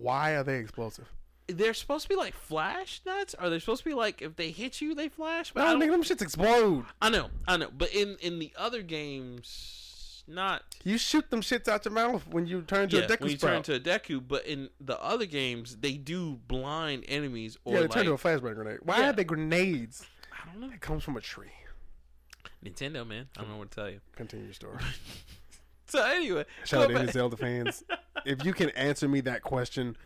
Why are they explosive? they're supposed to be like flash nuts? Are they supposed to be like if they hit you, they flash? But I, No, don't- nigga, them shits explode. I know, I know. But in, in the other games, not. You shoot them shits out your mouth when you turn to Yeah, a Deku when you turn sprout. to a Deku, but in the other games, they do blind enemies or yeah, they like turn to a flashbang grenade. Why Yeah. are they grenades? I don't know. It comes from a tree. Nintendo, man, I don't know what to tell you. Continue your story. So anyway, Shout out go to any back- Zelda fans. If you can answer me that question,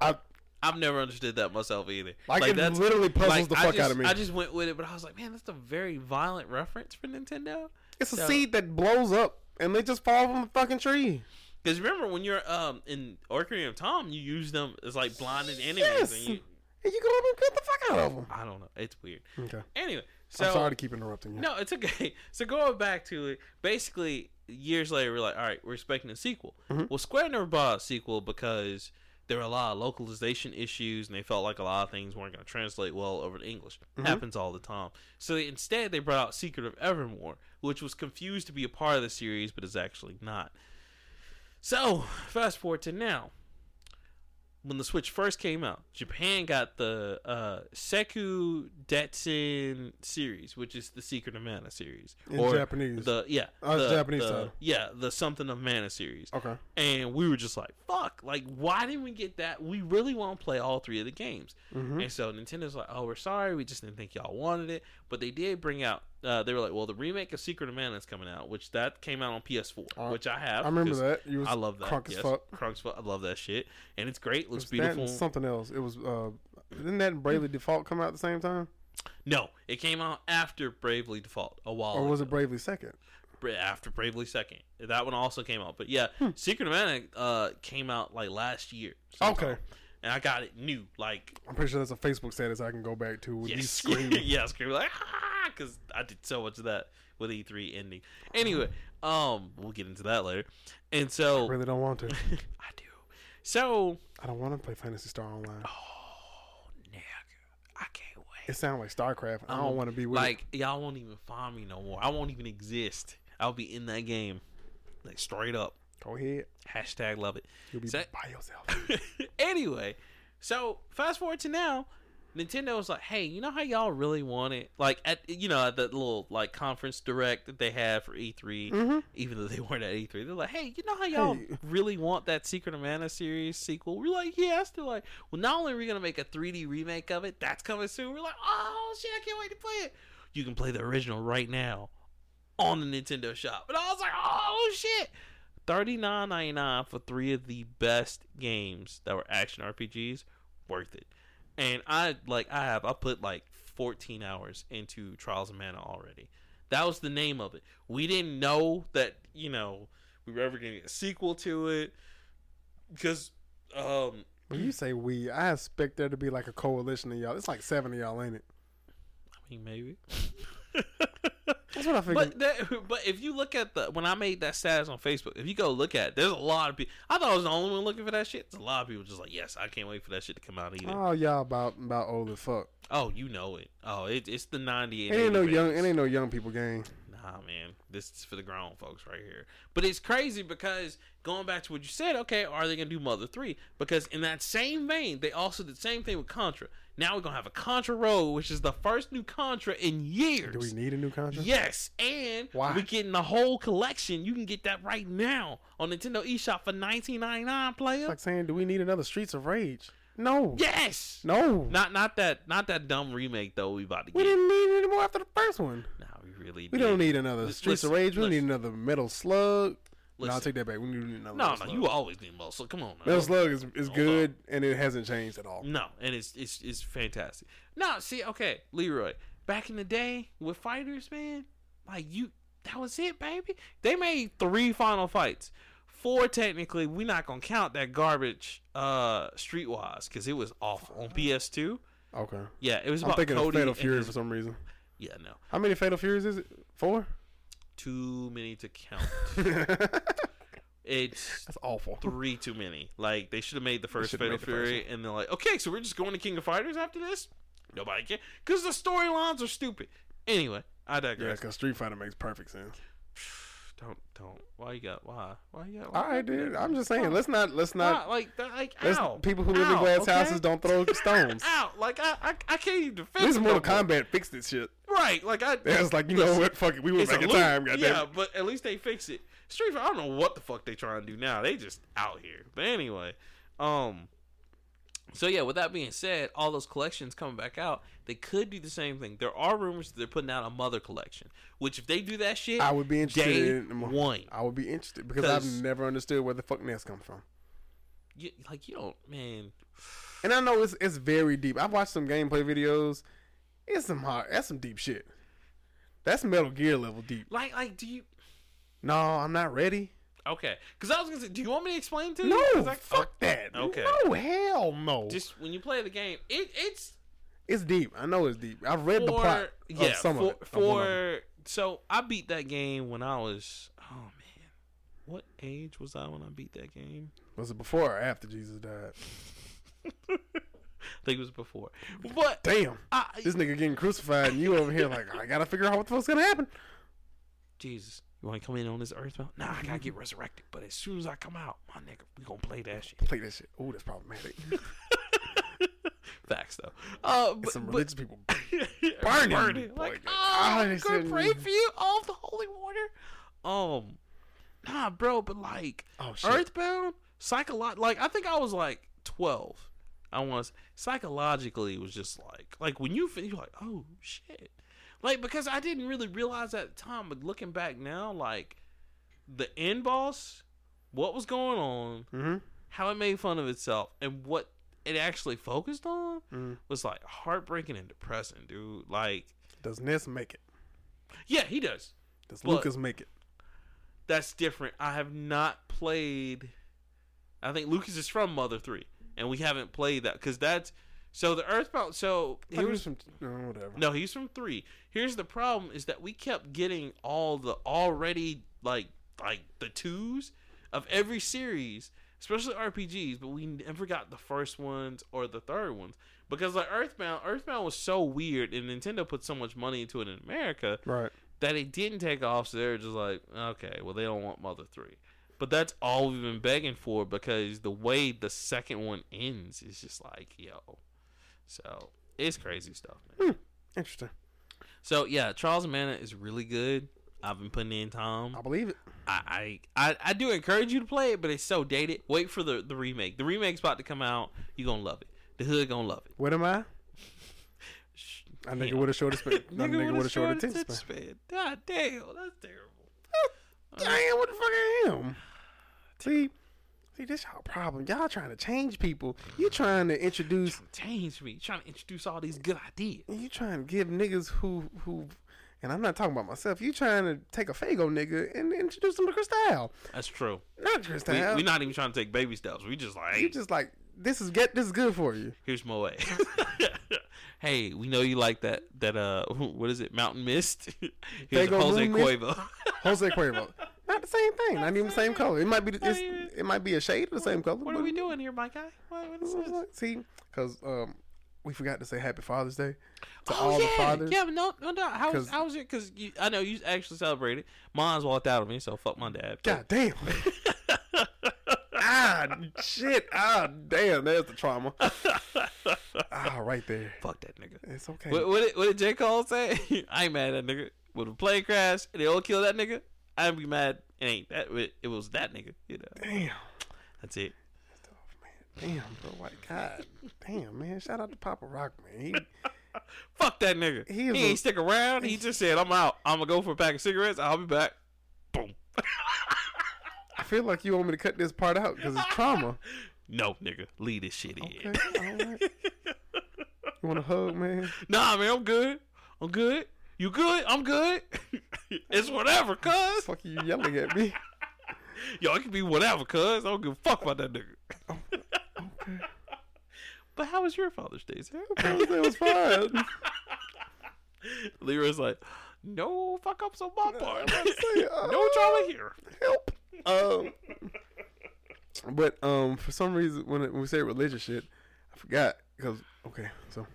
I I've never understood that myself either. like, it literally puzzles like, the I fuck just, out of me. I just went with it, but I was like, man, that's a very violent reference for Nintendo. it's a so- seed that blows up and they just fall from the fucking tree. Because remember when you're um in Orchid of Tom, you use them as like blinded enemies, Yes. and you And you go up and get the fuck out of them. I don't know, it's weird. Okay. Anyway, so I'm sorry to keep interrupting you. No, it's okay. So going back to it, basically years later, we're like, all right, we're expecting a sequel. Well, Square never bought a sequel because there were a lot of localization issues, and they felt like a lot of things weren't going to translate well over to English. Happens all the time. So they, instead, they brought out Secret of Evermore, which was confused to be a part of the series, but is actually not. So fast forward to now. when the Switch first came out, Japan got the uh, Seku Detsen series, which is the Secret of Mana series, In Japanese. The yeah, Oh, it's the- Japanese the- title. Oh. yeah, the something of Mana series, Okay. and we were just like, "Fuck! Like, why didn't we get that? We really want to play all three of the games." Mm-hmm. And so Nintendo's like, "Oh, we're sorry, we just didn't think y'all wanted it," but they did bring out. Uh, they were like, "Well, the remake of Secret of Mana is coming out, which that came out on PS4, Uh, which I have. I remember 'cause that. You was I love that. crunk as yes. fuck. Crunk as fuck. I love that shit, and it's great. Looks was that and beautiful. something else. It was uh didn't that and Bravely Default come out at the same time? No, it came out after Bravely Default a while. Or was ago. it Bravely Second? Bra- after Bravely Second? That one also came out, but yeah, Hmm. Secret of Mana uh, came out like last year. sometime. Okay. and I got it new, like I'm pretty sure that's a Facebook status I can go back to when you yes, scream. yeah, scream like ah, because I did so much of that with E3 ending. Anyway, um, we'll get into that later, and I so really don't want to. I do. So, I don't want to play Fantasy Star Online. oh nigga, I can't wait. It sounds like StarCraft. I don't Um, want to be with it. Like y'all won't even find me no more. I won't even exist. I'll be in that game, like straight up. Go ahead. Hashtag love it. You'll be Sa- by yourself. anyway, so fast forward to now, Nintendo was like, "Hey, you know how y'all really want it? Like at you know at that little like conference direct that they had for E E3, Mhm. even though they weren't at E3, they're like, "Hey, you know how y'all Hey. really want that Secret of Mana series sequel?" We're like, "Yes." They're like, "Well, not only are we gonna make a 3D remake of it, that's coming soon." We're like, "Oh shit, I can't wait to play it." You can play the original right now on the Nintendo shop. And I was like, oh shit. Thirty nine ninety nine for three of the best games that were action RPGs, worth it. And I like I have I put like fourteen hours into Trials of Mana already. That was the name of it. We didn't know that, you know, we were ever gonna get a sequel to it. Because um when you say we, I expect there to be like a coalition of y'all. It's like seven of y'all, ain't it? I mean maybe. That's what I But figured. that, but if you look at the when I made that status on Facebook, if you go look at, it, there's a lot of people. I thought I was the only one looking for that shit. There's a lot of people just like, yes, I can't wait for that shit to come out either. oh, y'all about about old as fuck. oh, you know it. Oh, it, it's the ninety It and ain't no 80 young. It babies. ain't no young people game. Nah, man, this is for the grown folks right here. But it's crazy because going back to what you said, okay, are they gonna do Mother Three? Because in that same vein, they also did the same thing with Contra. Now we're gonna have a Contra Road, which is the first new Contra in years. Do we need a new contract? Yes, and Why? we're getting the whole collection. You can get that right now on Nintendo eShop for nineteen ninety nine, player. It's like saying, do we need another Streets of Rage? No. yes. No. Not not that not that dumb remake though. We about to We get. didn't need any more after the first one. Nah, we really. We did. don't need another Lis- Streets of listen, Rage. We listen. need another Metal Slug. No, I'll Listen. take that back. We need No, another Metal no, Slug. you always need muscle. Come on. Mm. Metal man. Slug is, is Hold good and it hasn't changed at all. No, and it's it's it's fantastic. No, see, okay, Leroy. Back in the day with fighters, man, like you, that was it, baby. They made three final fights. Four technically, we're not gonna count that garbage uh streetwise because it was awful on PS2. Okay. Yeah, it was I'm about thinking Cody. of Fatal and Fury his- for some reason. yeah, no, How many Fatal Furies is it? Four? too many to count. That's it's awful. three too many. Like they should have made the first should've Fatal made the first Fury, and they're like, okay, so we're just going to King of Fighters after this. Nobody can, because the storylines are stupid. Anyway, I Yeah, digress. because Street Fighter makes perfect sense. Don't don't. Why you got why why you got? All right, dude. I'm just saying. Let's not. Let's not. not like that. Like Let's, ow, people who live in ow, glass okay? houses don't throw stones. Ow! Like I, I, I can't even defend. At least it Mortal no more. Kombat fixed this shit. Right? Like I. It was like, you know Listen, what? Fuck it. We It's went a back in loop. time. Goddamn. Yeah, it. but at least they fix it. Street Fighter. I don't know what the fuck they trying to do now. They just out here. But anyway, um. So yeah, with that being said, all those collections coming back out, they could do the same thing. There are rumors that they're putting out a mother collection, which if they do that shit, I would be interested. day in more. one. I would be interested because I've 'Cause- never understood where the fuck Ness come from. you, like you don't, man. And I know it's it's very deep. I've watched some gameplay videos. It's some hard. That's some deep shit. That's Metal Gear level deep. Like, like, do you? No, I'm not ready. Okay, because I was gonna say, do you want me to explain to you? No, Mm, 'Cause I- fuck that. okay. No, hell no. Just when you play the game, it, it's it's deep. I know it's deep. I've read for the plot. yeah of some for, of it. of one of them. for so I beat that game when I was oh man, what age was I when I beat that game? was it before or after Jesus died? I think it was before, but Damn, I, this nigga getting crucified, and you over here like I gotta figure out what the fuck's gonna happen. Jesus, You want to come in on this earth? Now nah, I gotta get resurrected. But as soon as I come out, my nigga, we gonna play that shit. Play that shit. Oh, that's problematic. Facts though. Uh, but, Some but- religious people. burn Burn him. it. Like, Like, oh, I'm honest gonna and- pray for you. Oh, the holy water. Um, nah, bro, but like Oh shit. Earthbound, psycholo- like I think I was like twelve. I was psychologically it was just like like when you fin- you're like oh shit, like because I didn't really realize at the time, but looking back now, like the end boss, what was going on, Mm-hmm. how it made fun of itself, and what it actually focused on Mhm. was like heartbreaking and depressing, dude. Like Does Ness make it? yeah, he does. Does But- Lucas make it? That's different. I have not played. I think Lucas is from Mother Three, and we haven't played that because that's so the Earthbound. So He here's was from oh, whatever. no, he's from Three. Here's the problem: is that we kept getting all the already like like the twos of every series, especially RPGs, but we never got the first ones or the third ones because like Earthbound, Earthbound was so weird, and Nintendo put so much money into it in America Right. that it didn't take off. So they're just like, okay, well they don't want Mother Three, but that's all we've been begging for because the way the second one ends is just like yo, so it's crazy stuff. Man. Interesting. So yeah, Charles Manna is really good. I've been putting in time. I believe it. I, I I I do encourage you to play it, but it's so dated. Wait for the the remake. The remake's about to come out. You're gonna love it. The hood gonna love it. What am I? Shh. A nigga Damn. with a shorter span. Not a nigga with a with a shorter short attention attention span. span. God damn, that's terrible. Damn, what the fuck I am? See, see, this y'all problem. Y'all trying to change people. You trying to introduce. change me, trying to introduce all these good ideas. You trying to give niggas who who, and I'm not talking about myself. You trying to take a Fago nigga and introduce him to Cristal. That's true. Not We, Cristal. we're not even trying to take baby steps. We just like, you hey, just like this is get this is good for you. here's Moe. hey, we know you like that that uh, what is it, Mountain Mist? here's Fago Jose Moon Mist? Cuervo. Jose Cuervo. Not the same thing. Not even the same color. It might be. Not It's, even- it might be a shade of the same color. what are but- we doing here, my guy? What, what is this? See, because um, we forgot to say Happy Father's Day Oh to all yeah, the fathers. yeah. but No, no, no. How was 'Cause- how was it? Because I know you actually celebrated. Mine's walked out on me, so fuck my dad. God damn. ah, shit. Ah, damn. There's the trauma. Ah, right there. fuck that nigga. It's okay. What, what, did, what did J. Cole say? I ain't mad at that nigga. When the plane crash and they all kill that nigga, I'd be mad. It ain't that. It, it was that nigga. You know. Damn. That's it. Oh, man. Damn, bro. Like, God. Damn, man. Shout out to Papa Rock, man. He, Fuck that nigga. He He, is a- ain't stick around. He just said, "I'm out. I'm gonna go for a pack of cigarettes. I'll be back." Boom. I feel like you want me to cut this part out because it's trauma. No, nigga. Leave this shit Okay. in. All right. You want a hug, man? Nah, man. I'm good. I'm good. You good? I'm good. it's whatever, cuz. Fuck you yelling at me. Y'all it can be whatever, cuz. I don't give a fuck about that nigga. Okay. But how was your Father's Day, sir? Father's Day was fine. Leroy's like, no fuck ups on my part. about to say, uh, no drama here. help. Um, but um, for some reason, when, it, when we say religious shit, I forgot because okay, so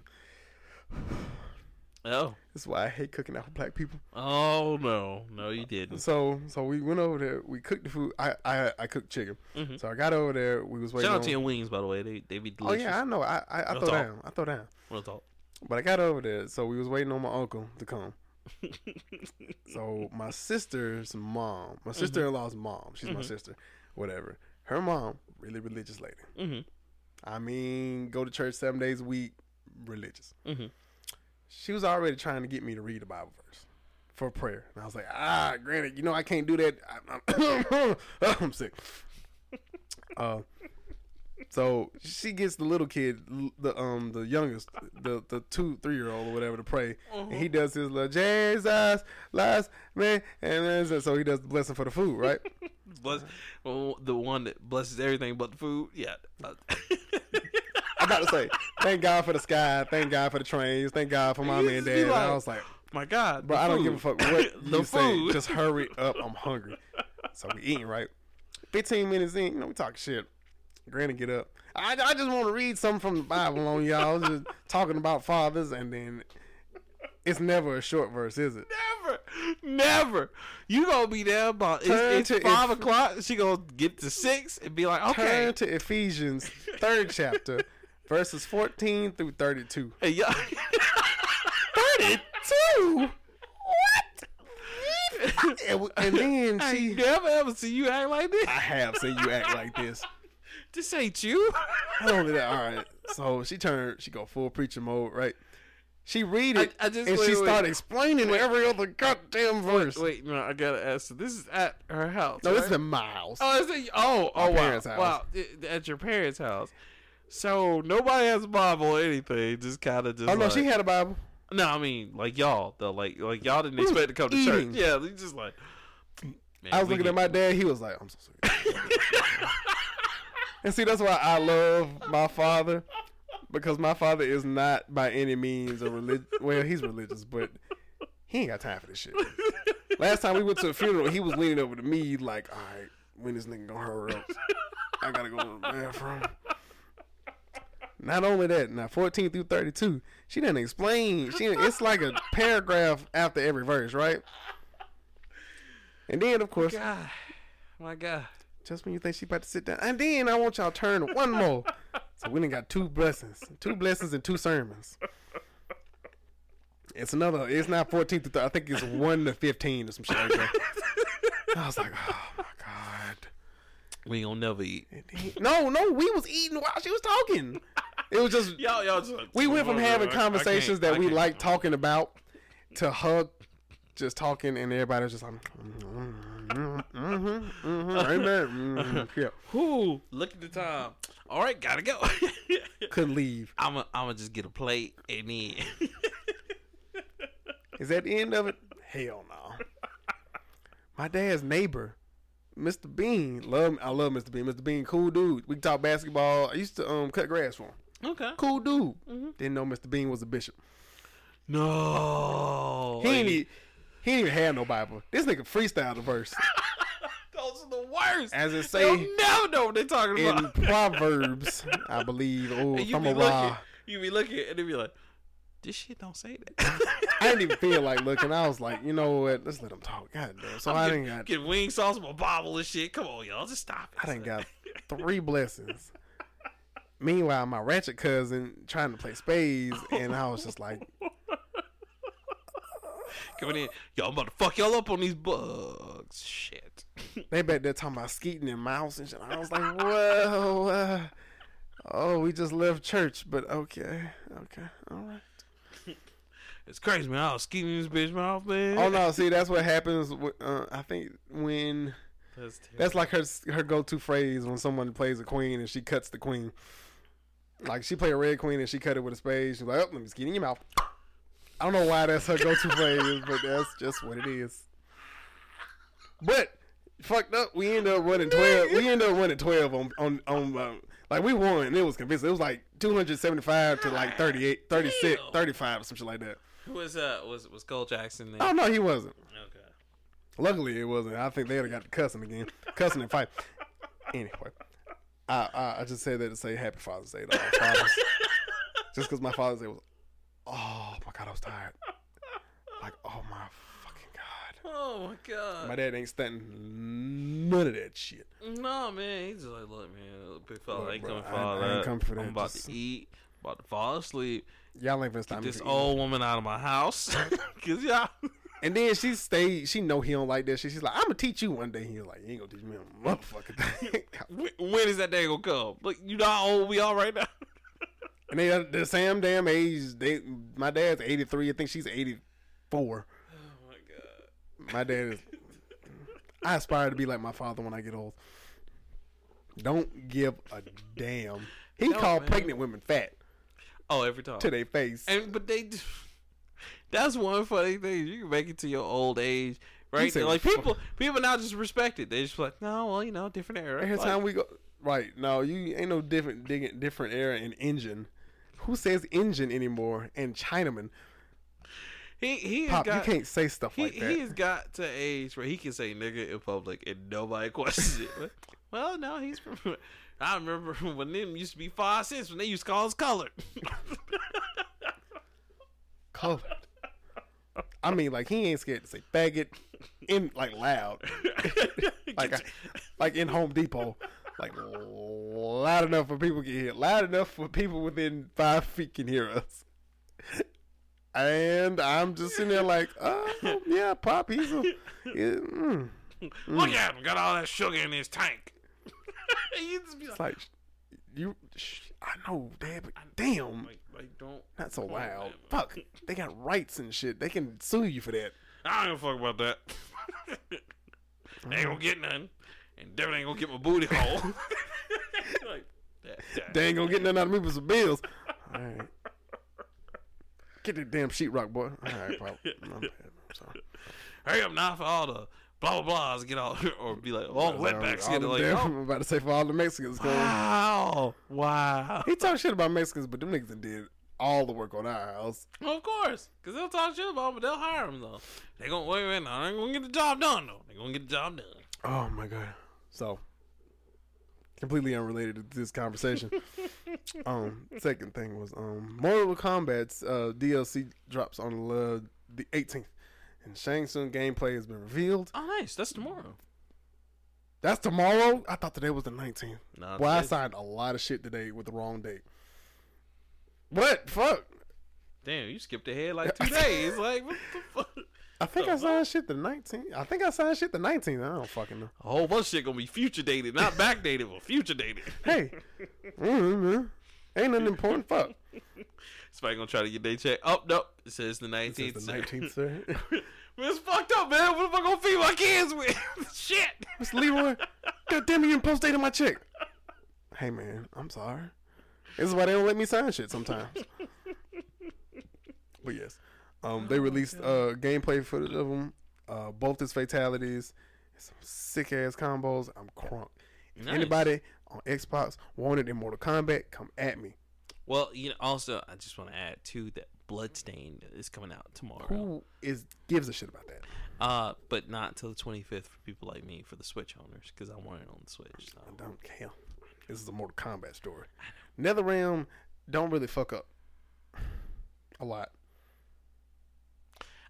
Oh. this is why I hate cooking out for black people. Oh, no. No, you didn't. So so we went over there, we cooked the food. I I, I cooked chicken, Mhm. so I got over there. We was waiting. Shout out to on, your wings, by the way. They, they be oh delicious. yeah, I know. I I, I No throw talk. down. I throw down. Real talk. But I got over there, so we was waiting on my uncle to come. So my sister's mom, Mm-hmm. my sister in law's mom, she's my sister, whatever. Her mom, really religious lady. hmm I mean, go to church seven days a week, religious. hmm She was already trying to get me to read a Bible verse for prayer, and I was like, ah, granted, you know I can't do that. I, I'm, I'm sick. Uh, so she gets the little kid, l- the um, the youngest, the the two, three year old or whatever, to pray, and he does his little Jesus, last man, and then so- so he does the blessing for the food, right? Bless, well, the one that blesses everything but the food. Yeah. Uh, I about to say, thank God for the sky, thank God for the trains, thank God for my You and just be dad. And I like, was like. My God. Bro, the I don't give a food. fuck what the you say. food. Just hurry up. I'm hungry. So we eating, right? 15 minutes in, you know, we talking shit. Granny get up. I, I just want to read something from the Bible on y'all. Just talking about fathers and then It's never a short verse, is it? Never, never. You gonna be there by Turn it's, to it's five if- o'clock. She gonna get to six and be like, okay, Turn to Ephesians third chapter, verses fourteen through thirty-two. hey, y'all. Thirty-two. what? And, w- and then I ain't she. never ever seen you act like this. I have seen you act like this. This ain't you. Not only that, all right. So she turned. She go full preacher mode, right? She read it, I- I just- and wait, she wait. started explaining every other goddamn verse. Wait, no, I gotta ask. you. This is at her house. no, it's right? the miles. Oh, is it? Oh, oh, wow, parents' house. wow! It- At your parents' house. So nobody has a Bible or anything. Just kind of just. oh no, like- she had a Bible. No, I mean like y'all though. Like like y'all didn't We was expect to come to eating. church. Yeah, they just like. Man, I was we looking at get- my dad. He was like, "I'm so sorry." and see, that's why I love my father because my father is not by any means a religious. well, he's religious, but he ain't got time for this shit. Last time we went to a funeral, he was leaning over to me like, "All right, when this nigga gonna hurry up? I gotta go to the bathroom." Not only that, now 14 through 32, she didn't explain. She didn't, it's like a paragraph after every verse, right? And then, of course, God, my God. just when you think she about to sit down. And then I want y'all to turn to one more. So we done got two blessings. Two blessings and two sermons. It's another, it's not 14 to 30. I think it's 1 to 15 or some shit like that. I was like, oh my God. We gonna never eat. And then- No, no, we was eating while she was talking. It was just, Y'all, y'all. Just like, we went from having I- I can't- conversations I that we can't. like talking about to hug, just talking, and everybody was just like, mm-hmm, mm-hmm, mm-hmm, amen, hmm yeah. Whoo! Look at the time. All right, gotta go. Couldn't leave. I'm gonna I'm just get a plate and then. Is that the end of it? Hell no. My dad's neighbor, Mr. Bean, love I love Mr. Bean. Mr. Bean, cool dude. We talk basketball. I used to um cut grass for him. okay. Cool dude. Mm-hmm. Didn't know Mr. Bean was a bishop. No. He ain't e- he ain't even had no Bible. This nigga freestyle the verse. Those are the worst. As it They say don't never know what they're talking in about. Proverbs, I believe. Oh, And you be Thamara. looking, you be looking, and they be like, "This shit don't say that." I didn't even feel like looking. I was like, you know what? Let's let him talk. God damn. So I getting, didn't got get wing sauce, my bobble and shit. Come on, y'all, just stop it. I done got three blessings. Meanwhile, my ratchet cousin trying to play spades, and I was just like, coming in. Y'all, I'm about to fuck y'all up on these bugs. Shit. they back there talking about skeeting and mouse and shit. I was like, whoa, uh, oh, we just left church, but okay, okay, all right. It's crazy, man. I was skeeting this bitch mouth, man. Oh no, see, that's what happens. wi- Uh, I think when That's terrible. that's like her her go to phrase when someone plays a queen and she cuts the queen. Like she played a red queen and she cut it with a spade. She's like, oh, let me skeet in your mouth. I don't know why that's her go to phrase, but that's just what it is. But fucked up, we end up running twelve. We end up running twelve on on on. Uh, like we won, it was convincing. It was like two hundred seventy five to like 38, 36, Damn. 35 or something like that. Who was uh was was Cole Jackson there? Oh no, he wasn't. Okay. Luckily, it wasn't. I think they'd have got to cussing again, cussing and fight. Anyway, I, I I just said that to say Happy Father's Day to all fathers, just because my Father's Day was. Oh my God, I was tired. Like, oh my fucking god, Oh my god. my dad ain't standing none of that shit. No man, he's just like, look, man, look, big fella, Look, I ain't bro, coming for I- all I ain't that. coming for that. I'm about Just- to eat, about to fall asleep. Y'all ain't finna stop me. this from eating. old woman out of my house, cause y'all. And then she stayed. She know he don't like that shit. She's like, I'm gonna teach you one day. He's like, you ain't gonna teach me a motherfucking thing. Wh- When is that day gonna come? Like you know how old we are right now. Oh, and they uh, the same damn age. They my dad's 83. I think she's 84. Oh my god. My dad is. I aspire to be like my father when I get old. Don't give a damn. He No, called man. pregnant women fat Oh, every time. to their face. And but they, that's one funny thing. You can make it to your old age, right? said Like fuck. people, people now just respect it. They just like, no, well, you know, different era. Every Like, time we go, right? No, you ain't no different digging different era in engine. Who says engine anymore? And Chinaman, he he has pop, got you can't say stuff he, like that. he has got to age where he can say nigga in public and nobody questions it. But, well, no, he's from. I remember when them used to be five cents when they used to call us colored. Colored. I mean, like he ain't scared to say faggot in like loud, like I, like in Home Depot, like loud enough for people can hear, loud enough for people within five feet can hear us. And I'm just sitting there like, oh yeah, pop, he's a, yeah, mm. Look at him, got all that sugar in his tank. you just be like, "Ah, it's like you. Sh- I know, dad, but damn, like, like, don't. not so on, loud. man. Fuck, they got rights and shit. They can sue you for that. I don't give a fuck about that. they ain't gonna get none, and definitely ain't gonna get my booty hole. like, that, that. They ain't gonna get nothing out of me but some bills. All right. Get that damn sheetrock, boy. All right, pop. I'm, bad. I'm sorry. Hurry up now for all the blah blah blahs get all, or be like, all the wetbacks All get them like, damn- oh, I'm about to say for all the Mexicans. 'cause Wow. Wow. He talked shit about Mexicans, but them niggas done did all the work on our house. of course. Because they'll talk shit about him, but they'll hire him, though. They're going to wait, wait, no. They're going to get the job done, though. They're going to get the job done. Oh my god. So completely unrelated to this conversation. um, second thing was um, Mortal Kombat's uh, DLC drops on uh, the 18th, and Shang Tsung gameplay has been revealed. Oh, nice. That's tomorrow. That's tomorrow. I thought today was the 19th. Nah, Well, I today's- signed a lot of shit today with the wrong date. What fuck? Damn, you skipped ahead like two days. Like, what the fuck? I think I signed shit the 19th. I think I signed shit the 19th. I don't fucking know. A whole bunch of shit going to be future dated. Not backdated, but future dated. Hey, mm man. ain't nothing important. Fuck. Somebody going to try to get their check. Oh, nope. It says the 19th. It's the sir. 19th, sir. man, it's fucked up, man. What am I going to feed my kids with? shit. Mr. Leroy, goddamn it, you didn't post date on my check. Hey man, I'm sorry. This is why they don't let me sign shit sometimes. but yes, um, they released uh, gameplay footage of them. Uh, both his fatalities, some sick ass combos. I'm crunk. If Nice. anybody on Xbox wanted in Mortal Kombat, come at me. Well, you know, also, I just want to add, too, that Bloodstained is coming out tomorrow. Who Um, is gives a shit about that? Uh, but not till the 25th for people like me for the Switch owners because I want it on the Switch. So. I don't care. This is a Mortal Kombat story. NetherRealm don't really fuck up a lot.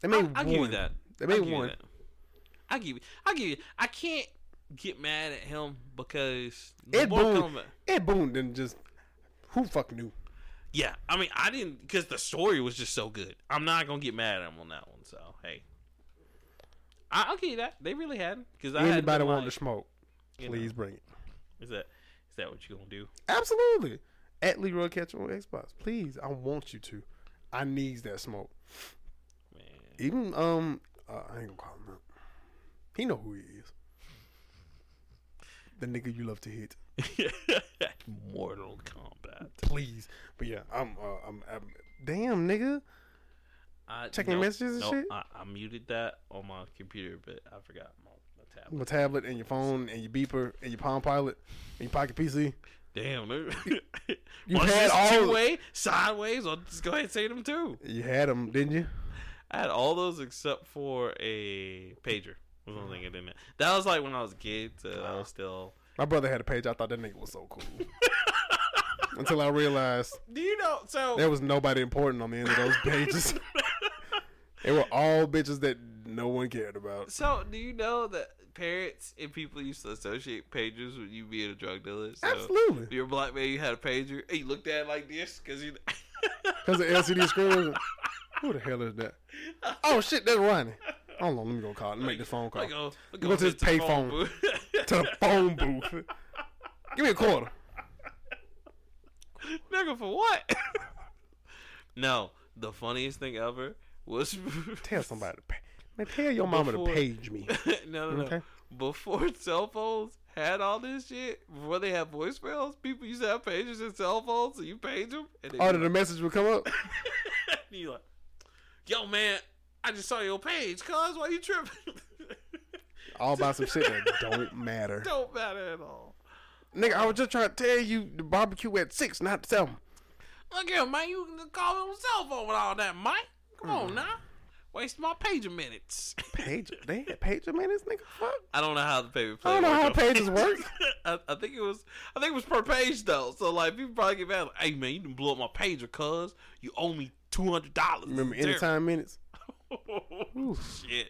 They made I'll, I'll give you one. that. They I'll made give you one. that. I'll give you. I'll give you. I can't get mad at him because the Ed Mortal Boon. Kombat- Ed Boon didn't just. Who fuck knew? Yeah, I mean, I didn't because the story was just so good. I'm not gonna get mad at him on that one. So hey, I, I'll give you that. They really had because I hadn't Anybody been want to like, smoke? you know, Please bring it. is that is that what you gonna do? Absolutely. At Leroy Catcher on Xbox. Please, I want you to. I needs that smoke. Man, Even um, uh, I ain't gonna call him out. He know who he is. The nigga you love to hit. Mortal Kombat. Please, but yeah, I'm, uh, I'm, I'm, damn nigga. I, Checking no, messages and no, shit? I, I muted that on my computer, but I forgot my, my tablet. My tablet and your phone and your beeper and your Palm Pilot and your pocket PC. Damn, dude. You you was had had all- two way, sideways. I'll just go ahead and say them too. You had them, didn't you? I had all those except for a pager. Was the only thing I didn't. Have. That was like when I was a kid, so I was still. My brother had a page. I thought that nigga was so cool. Until I realized Do you know? So there was nobody important on the end of those pages. they were all bitches that no one cared about. So, do you know that parents and people used to associate pagers with you being a drug dealer? So, If Absolutely, you're a black man, you had a pager, and you looked at it like this because you. because the LCD screen. was- Who the hell is that? Oh shit, that's Ronnie. Hold on, let me go call. Let me make this phone call. Like, oh, look Go to over this the payphone. booth. to the phone booth. Give me a quarter. Nigga, for what? no, the funniest thing ever was Tell somebody to pay. Man, tell your mama Before- to page me. no, no, no. Okay. Before cell phones had all this shit, before they had voicemails, people used to have pages and cell phones, so you page them, and then Oh, you, then the message would come up. and you like, yo, man, I just saw your page, cuz why you tripping? All about some shit that don't matter. Don't matter at all. Nigga, I was just trying to tell you the barbecue at six, not seven. Look here, man, you can call me on cell phone with all that, Mike. Come on now, waste my pager minutes. Page, they had pager minutes, nigga. Fuck. I don't know how the paper I play. don't know worked how on pages work. I, I think it was I think it was per page though. So like people probably get mad like, hey man, you didn't blow up my pager cuz you owe me two hundred dollars. Remember anytime minutes? Shit,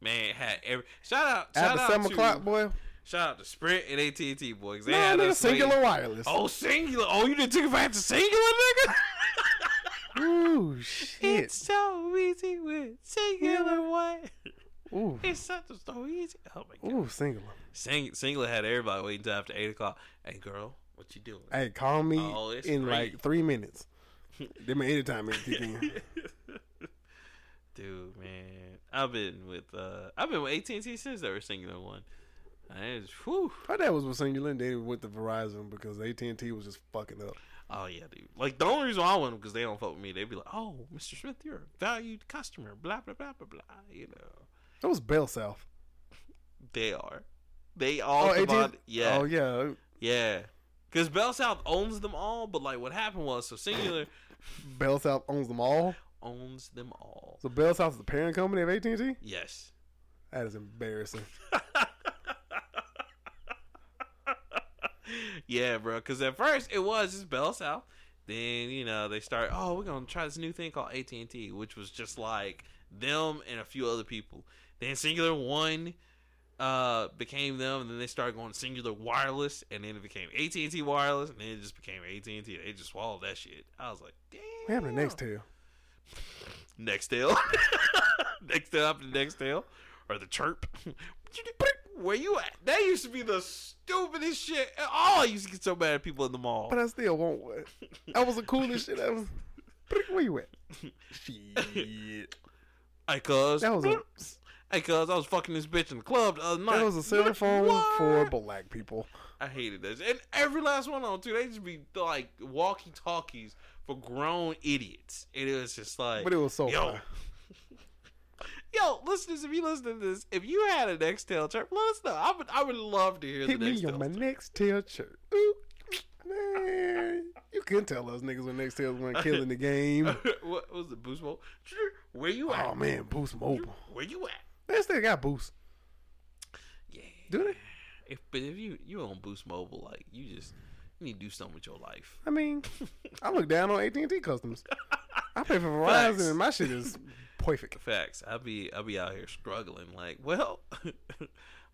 man, had every shout out. At Shout the out seven to, o'clock, boy. Shout out to Sprint and AT and T boy. 'cause They No, had nigga, us waiting. singular wireless. Oh, singular. Oh, you didn't take it back to singular, nigga. Ooh, shit. It's so easy with singular what? Ooh, It's such a so easy. Oh my god. ooh, singular. Sing- singular had everybody waiting till after eight o'clock. Hey girl, what you doing? Hey, call me Oh, it's in free. like three minutes. Give me any time it kick in. Dude, man, I've been with uh, I've been with AT and T since they were singular one. I just, whew. My dad was with Singular, and then he went to Verizon because AT and T was just fucking up. Oh yeah, dude. Like the only reason why I went because they don't fuck with me. They'd be like, "Oh, Mr. Smith, you're a valued customer." Blah blah blah blah blah. You know, That was Bell South. they are. They all. Oh, AT&T? combined- yeah. Oh yeah, Yeah. Because Bell South owns them all, but like what happened was, so Singular Bell South owns them all. owns them all. So Bell South is the parent company of AT and T. Yes. That is embarrassing. yeah, bro. Because at first it was just Bell South. Then you know they start. Oh, we're gonna try this new thing called AT and T, which was just like them and a few other people. Then Singular One uh became them, and then they started going Singular Wireless, and then it became AT and T Wireless, and then it just became AT and T. They just swallowed that shit. I was like, damn. What happened to next tail? next tail, next tail after the next tail, or the chirp. Where you at? That used to be the stupidest shit. Oh, I used to get so mad at people in the mall. But I still want one. That was the coolest shit ever. Where you at? Shit. I cuz That was a I cuz I was fucking this bitch in the club the other night. that was a cell phone What? for black people. I hated this, and every last one on too. They just be like walkie talkies for grown idiots, and it was just like. But it was so Yo. fun. Yo, listeners, if you listen to this, if you had a next tail chirp, let us know. I would, I would love to hear Hit the next me tail. on my next tail shirt. Ooh. Man, you couldn't tell us niggas when next tail wasn't killing the game. what was the boost mode? Where you at? Oh man, Boost Mobile. Where you at? They still got Boost, Yeah. do they? If but if you you on Boost Mobile, like you just you need to do something with your life. I mean, I look down on AT and T customers. I pay for Facts. Verizon, and my shit is perfect. Facts. I be I be out here struggling. Like, well, I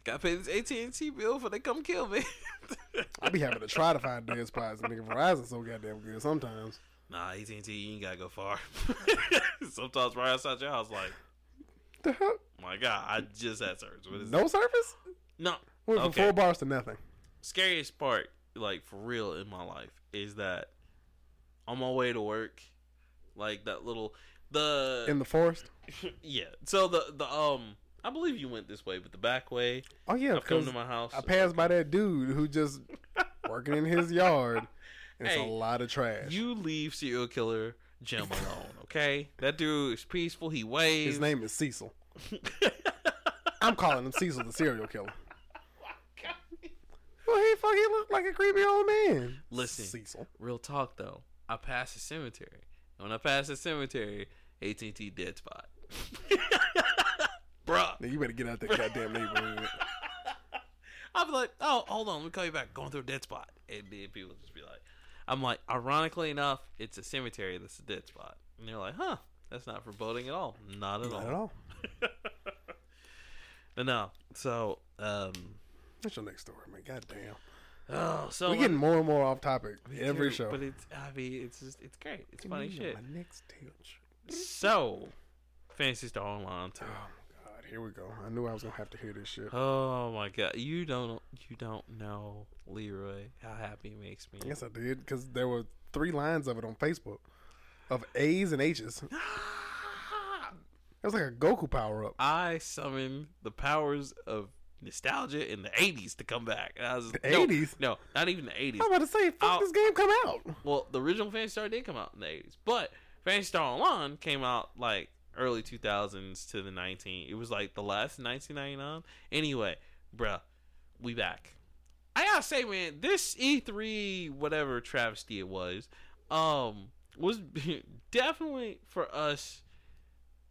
gotta pay this AT and T bill for they come kill me. I be having to try to find dead spots, and nigga Verizon's so goddamn good sometimes. nah, AT and T, you ain't gotta go far. Sometimes right outside your house, like, The hell? my God, I just had service. What is No service? no? Went from Okay. four bars to nothing. scariest part, like for real in my life, is that on my way to work, like that little the In the forest? yeah. So the the um, I believe you went this way, but the back way. Oh yeah, I've come because to my house. I passed by that dude who just working in his yard. and It's Hey, a lot of trash. You leave serial killer Jim alone, okay? That dude is peaceful. He waves. His name is Cecil. I'm calling him Cecil the serial killer. Well, he fucking looked like a creepy old man. Listen. Cecil. Real talk though, I passed the cemetery. And when I passed the cemetery, AT and T dead spot. Bruh. Now you better get out that goddamn neighborhood. I'll be like, oh, hold on, let me call you back. Going through a dead spot. And then people just be like, I'm like, ironically enough, it's a cemetery that's a dead spot. And they're like, huh, that's not foreboding at all. Not at Not all. at all. But no, so, um, That's your next story, man. Goddamn. oh, so. We're getting more and more off topic every Dude, show. But it's, I mean, it's just, it's great. It's funny Yeah, shit. My next touch. So, Fantasy Star Online too. Oh my god, here we go. I knew I was gonna have to hear this shit. Oh my god, you don't, you don't know Leroy how happy it makes me. Yes, I did because there were three lines of it on Facebook of A's and H's. It Ah! was like a Goku power up. I summoned the powers of nostalgia in the eighties to come back. And I was, The no, 80s? No, not even the eighties. I'm about to say, fuck I'll- this game come out. Well, the original Fantasy Star did come out in the eighties, but Fantasy Star Online came out like early two thousands to the nineteen. It was like the last nineteen ninety nine. Anyway, bruh, we back. I gotta say, man, this E three whatever travesty it was, um, was definitely for us.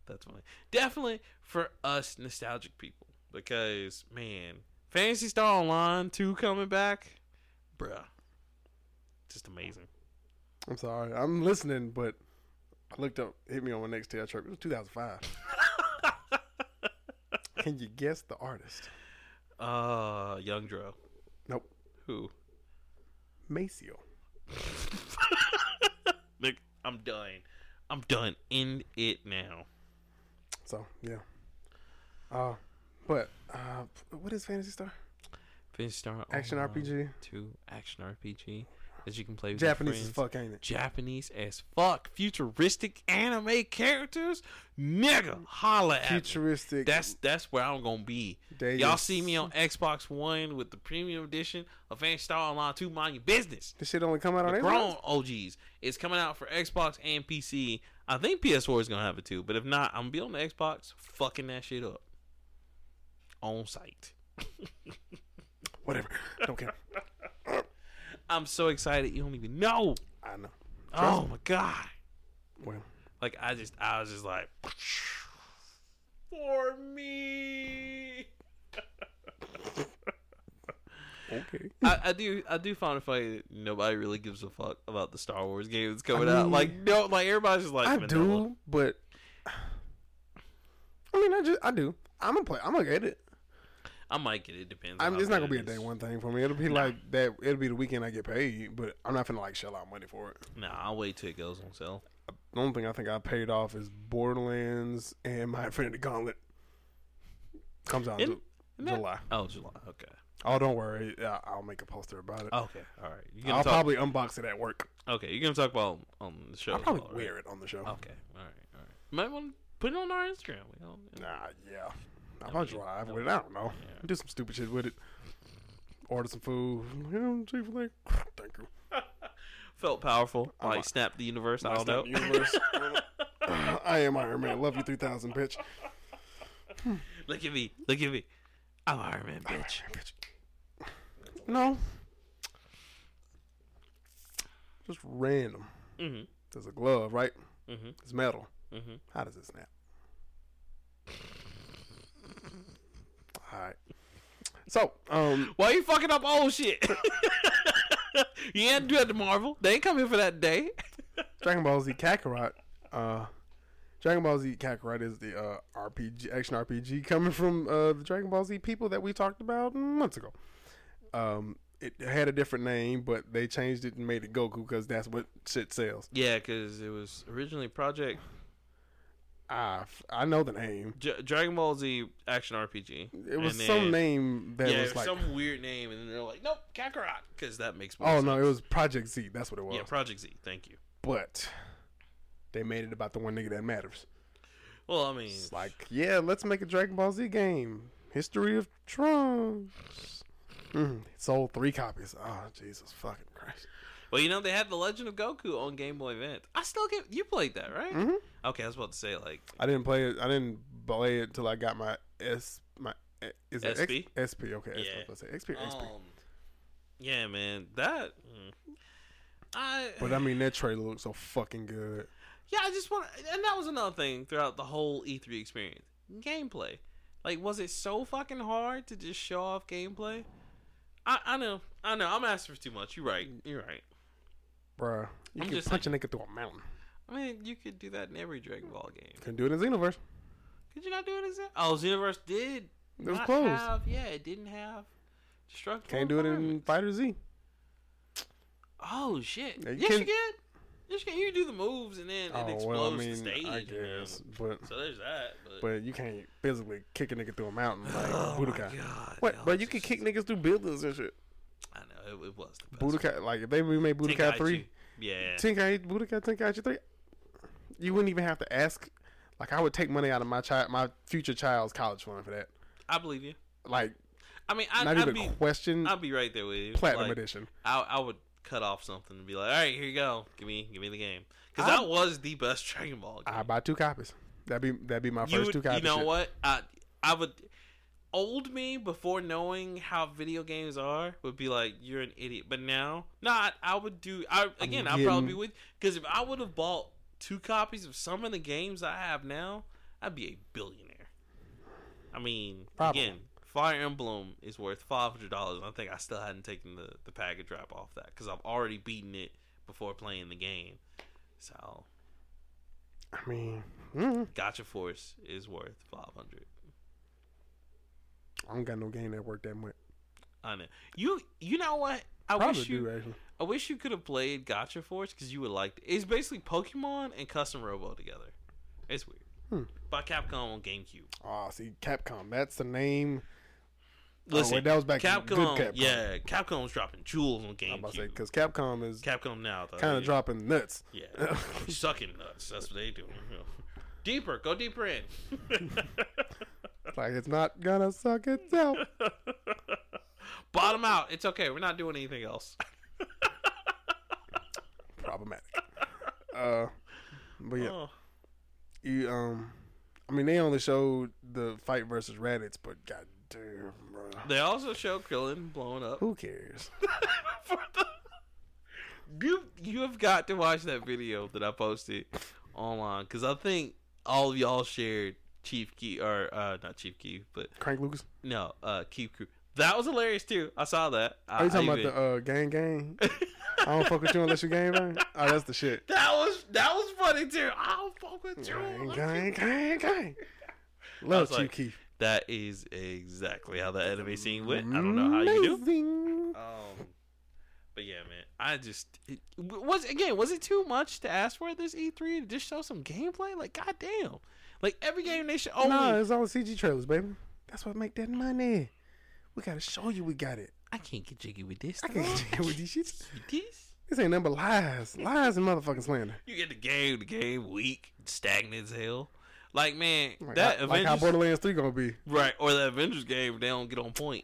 That's funny. Definitely for us nostalgic people because man, Fantasy Star Online two coming back, bruh, just amazing. I'm sorry, I'm listening, but I looked up, hit me on my next tail trip. It was 2005. Can you guess the artist? Uh, Young Dro. Nope. Who? Maceo. Look, I'm done. I'm done. End it now. So, yeah. Uh, but uh, what is Fantasy Star? Finish Star Action Online RPG. Two action RPG that you can play with your Japanese as friends. fuck, ain't it? Japanese as fuck. Futuristic anime characters. Nigga, holla at me. Futuristic. That's that's where I'm gonna be. There Y'all you- see me on Xbox One with the premium edition of Fantasy Star Online 2. Mind your business. This shit only come out on The Xbox. grown OGs. It's coming out for Xbox and PC. I think PS4 is gonna have it too, but if not, I'm gonna be on the Xbox fucking that shit up. On site. Whatever. Don't care. I'm so excited you don't even know. I know. Oh my god. Well, Like I just I was just like for me. okay. I, I do I do find it funny that nobody really gives a fuck about the Star Wars game that's coming out. mean, Like no like everybody's just like I vanilla. do, but I mean, I just I do. I'm gonna play. I'm gonna get it. I might get it, it depends. on I'm, how it's not good gonna be a it day is. one thing for me. It'll be like that. It'll be the weekend I get paid, but I'm not gonna like shell out money for it. Nah, I'll wait till it goes on sale. The only thing I think I paid off is Borderlands and My Infinity Gauntlet. Comes out in, Isn't- Ju- isn't that- July. Oh, July. Okay. Oh, don't worry. I- I'll make a poster about it. Okay. All right. You're Oh, gonna I'll talk, probably unbox it at work. okay, you're gonna talk about on the show. I'll as probably well, right? wear it on the show. Okay. All right. All right. Might want to put it on our Instagram. We don't, Nah, yeah. I we might did- drive no, with it. we I don't know. Yeah. Do some stupid shit with it. Order some food. You know, see if they- Thank you. Felt powerful. I'm like like- snapped the universe. I Nice don't know. to meet you, universe. I am Iron Man. Love you 3000, bitch. Look at me. Look at me. I'm Iron Man, bitch. bitch. No. Just random. Mhm. There's a glove, right? Mhm. It's metal. Mhm. How does it snap? All right. So, um, Why you fucking up old shit? you ain't do that to Marvel. They ain't come here for that day. Dragon Ball Z Kakarot. Uh, Dragon Ball Z Kakarot is the uh, RPG action RPG coming from uh, the Dragon Ball Z people that we talked about months ago. Um, it had a different name, but they changed it and made it Goku because that's what shit sells. Yeah, because it was originally Project I, I know the name. J- Dragon Ball Z Action RPG. It was And some then- name that yeah, it was was like. some weird name, and then they're like, nope, Kakarot, because that makes more oh sense. no, it was Project Z. That's what it was. Yeah, Project Z. Thank you. But they made it about the one nigga that matters. Well, I mean, It's like, yeah, let's make a Dragon Ball Z game. History of Trunks. Mm, sold three copies. Oh, Jesus fucking Christ. well, you know, they had the Legend of Goku on Game Boy Advance. I still get you played that, right? Mhm. Okay, I was about to say like I didn't play it. I didn't play it till I got my S. My is it SP? X, SP? Okay, SP, Yeah. I was about to say XP, or XP. um, yeah, man, that mm. I But I mean, that trailer looked so fucking good. Yeah, I just want, and that was another thing throughout the whole E3 experience: gameplay. Like, was it so fucking hard to just show off gameplay? I, I know, I know, I'm asking for too much. You're right. You're right. Bruh, you I'm can just punch a nigga through a mountain. I mean, you could do that in every Dragon Ball game. Couldn't do it in Xenoverse. Could you not do it in Zen? Oh, Xenoverse did. It was not closed. Have, yeah, it didn't have. Destructible Can't do it in environments. Fighter Z. Oh shit! Yeah, you yes, you can- can. Yes, you can. You can do the moves, and Oh, then it explodes the stage. I and then- guess, but So there's that. But, but you can't physically kick a nigga through a mountain like oh my Budokai. god! What? y'all But you just- could kick niggas through buildings and shit. I know it, it was the best. Budokai, like if they remade Budokai Tenkaichi. three, Yeah. Tenkai Budokai Tenkaichi three, you wouldn't even have to ask. Like I would take money out of my child, my future child's college fund for that. I believe you. Like I mean, I, not I'd even be, question. I'd be right there with you. platinum Like, edition. I, I would cut off something and be like, all right, here you go. Give me, give me the game. Because that was the best Dragon Ball game. I buy two copies. That'd be that'd be my you, first would- two copies. you know shit. what? I, I would. Old me before knowing how video games are would be like you're an idiot. But now, not I would do. I again, I'd probably be getting- with because if I would have bought two copies of some of the games I have now, I'd be a billionaire. I mean, Probably. again, Fire Emblem is worth five hundred dollars. I think I still hadn't taken the the package wrap off that because I've already beaten it before playing the game. So I mean, mm, Gotcha Force is worth five hundred. I don't got no game that worked that much. I know you. You know what? I Probably wish you. do actually. I wish you could have played Gotcha Force because you would like it. It's basically Pokemon and Custom Robo together. It's weird. Hmm. By Capcom on GameCube. Oh, see, Capcom. That's the name. Oh, Listen, wait, that was back in Capcom, good Capcom. Yeah, Capcom was dropping jewels on I'm about to say GameCube. because Capcom is Capcom now, though. kind oh, yeah. of dropping nuts. Yeah, sucking nuts. That's what they do. deeper, go deeper in. like it's not gonna suck itself. Bottom out. It's okay. We're not doing anything else. Problematic. Uh, but yeah, Oh, you um, I mean they only showed the fight versus Raditz, but goddamn, bro, They also show Krillin blowing up. who cares? For the- you you have got to watch that video that I posted online because I think all of y'all shared Chief Key or uh, not Chief Key, but Crank Lucas. no, uh, Keep Crew. That was hilarious too. I saw that. Are I, you talking I about the even- uh, gang gang? I don't fuck with you unless you gang bang. Oh, that's the shit. that was that was funny too. I don't fuck with you. Gang Look at gang gang gang. Love was Chief like, Keith. That is exactly how the anime scene went. I don't know how you do. Amazing. Um, but yeah, man, I just it, was again. Was it too much to ask for at this E three to just show some gameplay? Like, goddamn! Like every game they oh, should only. Nah, it's all CG trailers, baby. That's what make that money. We gotta show you we got it. I can't get jiggy with this. I can't dog. deal with these shits. With this. This ain't nothing but lies, lies and motherfucking slander. You get the game, the game weak, stagnant as hell. Like man, Like, that how- like how Avengers Borderlands Three gonna be? right or that Avengers game, they don't get on point.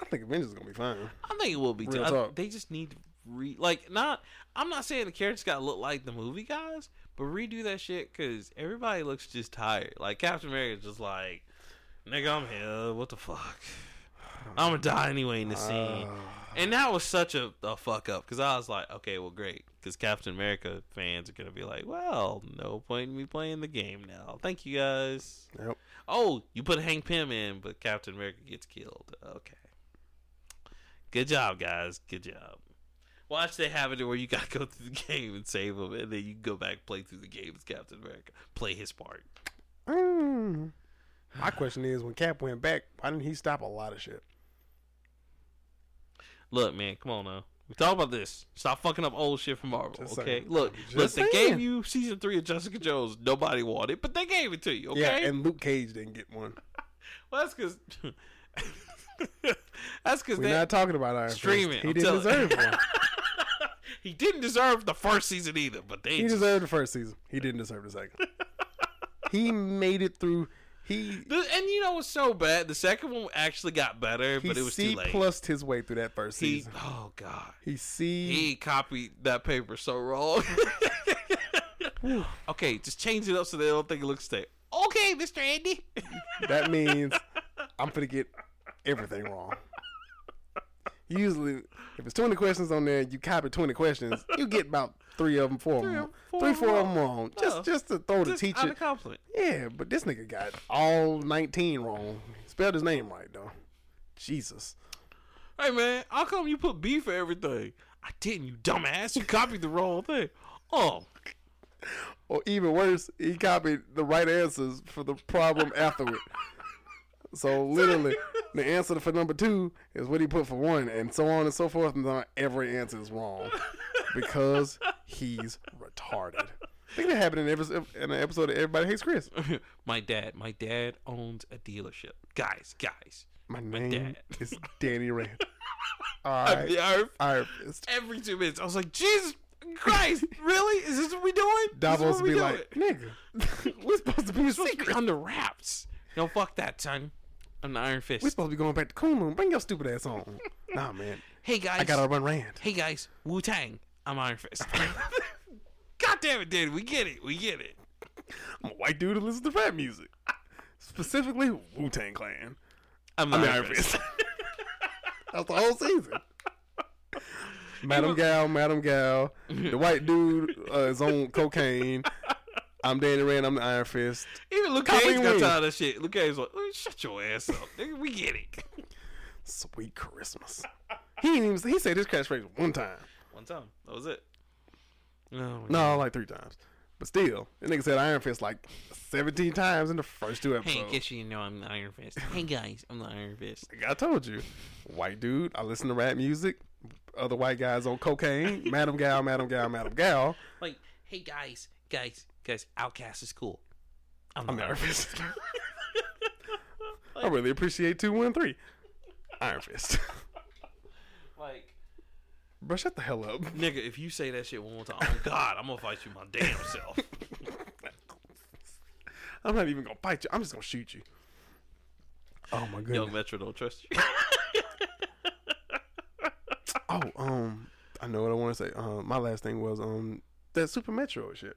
I think Avengers gonna be fine. I think it will be. Too. Real I- talk. they just need to re like not. I'm not saying the characters got to look like the movie guys, but redo that shit because everybody looks just tired. Like Captain America's just like, nigga, I'm here. What the fuck? I'm gonna die anyway in the scene. Uh, And that was such a, a fuck up because I was like, okay, well, great, because Captain America fans are gonna be like, well, no point in me playing the game now. Thank you guys. Uh, Yep. Oh, you put Hank Pym in, but Captain America gets killed. Okay. Good job, guys. Good job. Watch they have it where you gotta go through the game and save him, and then you can go back play through the game as Captain America. Play his part. mm. My question is, when Cap went back, why didn't he stop a lot of shit? Look, man, come on now. We talk about this. Stop fucking up old shit from Marvel, Just okay? saying. Look, Just look. They saying. gave you season three of Jessica Jones. Nobody wanted, but they gave it to you, okay? Yeah, and Luke Cage didn't get one. well, that's because that's because We're they not talking about Iron Stream Fist. it, He I'm didn't telling- deserve one. he didn't deserve the first season either, but they He just- deserved the first season. He didn't deserve the second. he made it through. He The- and you know what's so bad? The second one actually got better, he but it was C too late. plused his way through that first he, season. oh god, He C. he copied that paper so wrong. okay, just change it up so they don't think it looks fake. Okay, Mister Andy. That means I'm gonna get everything wrong. Usually, if it's 20 questions on there, you copy 20 questions. You get about three of them, four Three of or them, four three, four of them wrong. wrong. Just, No. just to throw Just the out teacher. of compliment. Yeah, but this nigga got all 19 wrong. Spelled his name right though. Jesus. Hey man, how come you put B for everything? I didn't, you dumbass. You copied the wrong thing. Oh, Or even worse, he copied the right answers for the problem afterward. So literally, the answer for number two is what he put for one, and so on and so forth. And then every answer is wrong because he's retarded. I think that happened in, every, in an episode of Everybody Hates Chris. my dad. My dad owns a dealership. Guys, guys. My name dad. is Danny Rand. All right, Iron Fist. every two minutes. I was like, Jesus Christ, really? Is this what we doing? Davos be we like, nigga, we're supposed to be secret secret. on the wraps. No, fuck that, son. I'm the Iron Fist. We're supposed to be going back to Kunlun. Bring your stupid ass on. Nah, man, hey guys, I gotta run Rand. hey guys, Wu Tang. I'm Iron Fist. God damn it, dude. We get it. We get it. I'm a white dude who listens to rap music. Specifically Wu Tang Clan. I'm, the I mean Iron Iron Fist. Fist. That's the whole season. Madam Gal, Madam Gal. The white dude uh, is on cocaine. I'm Danny Rand. I'm the Iron Fist. Even Luke Copy Cage got win. tired of that shit. Luke Cage was like, "Man, shut your ass up. Nigga, we get it. Sweet Christmas. He didn't even. He said this catchphrase one time. One time. That was it. Oh, my God. No, like three times. But still, that nigga said Iron Fist like 17 times in the first two Hey, in episodes. case you didn't know, I'm the Iron Fist. Hey guys, I'm the Iron Fist. Like I told you, white dude. I listen to rap music. Other white guys on cocaine. Madam Gal, Madam Gal, Madam Gal. Like, hey guys, guys, guys, Outcast is cool. I'm, I'm the the Iron Iron Fist. Fist. I really appreciate two, one, three. Iron Fist. Like, Bro, shut the hell up. nigga, if you say that shit one more time, oh God, I'm gonna fight you my damn self. I'm not even gonna fight you. I'm just gonna shoot you. Oh my Yo, goodness. Metro don't trust you. Oh, um, I know what I want to say. Um, my last thing was um that Super Metroid shit.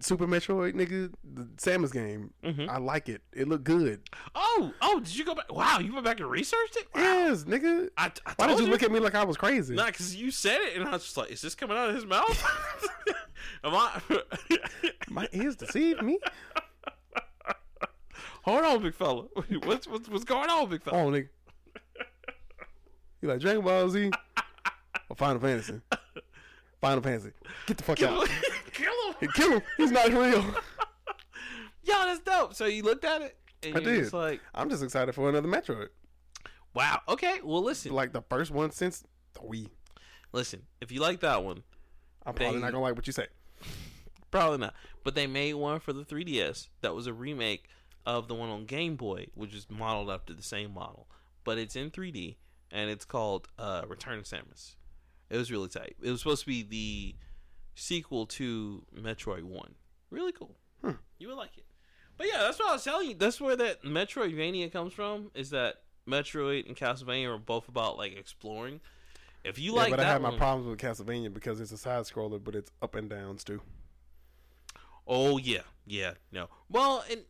Super Metroid, nigga, the Samus game. Mhm. I like it. It looked good. Oh, oh, did you go back? Wow, you went back and researched it. Wow. Yes, nigga. I, I Why told did you look at me like I was crazy? Nah, because you said it, and I was just like, "Is this coming out of his mouth?" Am I? My ears deceived me. Hold on, big fella. What's what's what's going on, big fella? Oh, nigga. You like Dragon Ball Z or Final Fantasy? Final Fantasy. Get the fuck Kill out. him! Kill him! Kill him. He's not real. Yo, that's dope. So you looked at it, and I you're did. just like, I'm just excited for another Metroid. "Wow, okay." Well, listen, Like the first one since the Wii. listen. If you like that one, I'm probably They- not gonna like what you say. probably not. But they made one for the 3DS that was a remake of the one on Game Boy, which is modeled after the same model, but it's in 3D and it's called uh, Return of Samus. It was really tight. It was supposed to be the sequel to Metroid One. Really cool. Hmm. You would like it. But yeah, that's what I was telling you. That's where that Metroidvania comes from. Is that Metroid and Castlevania are both about like exploring. If you like yeah, but that I have one, my problems with Castlevania because it's a side scroller, but it's up and downs too. Oh yeah, yeah, no. Well, and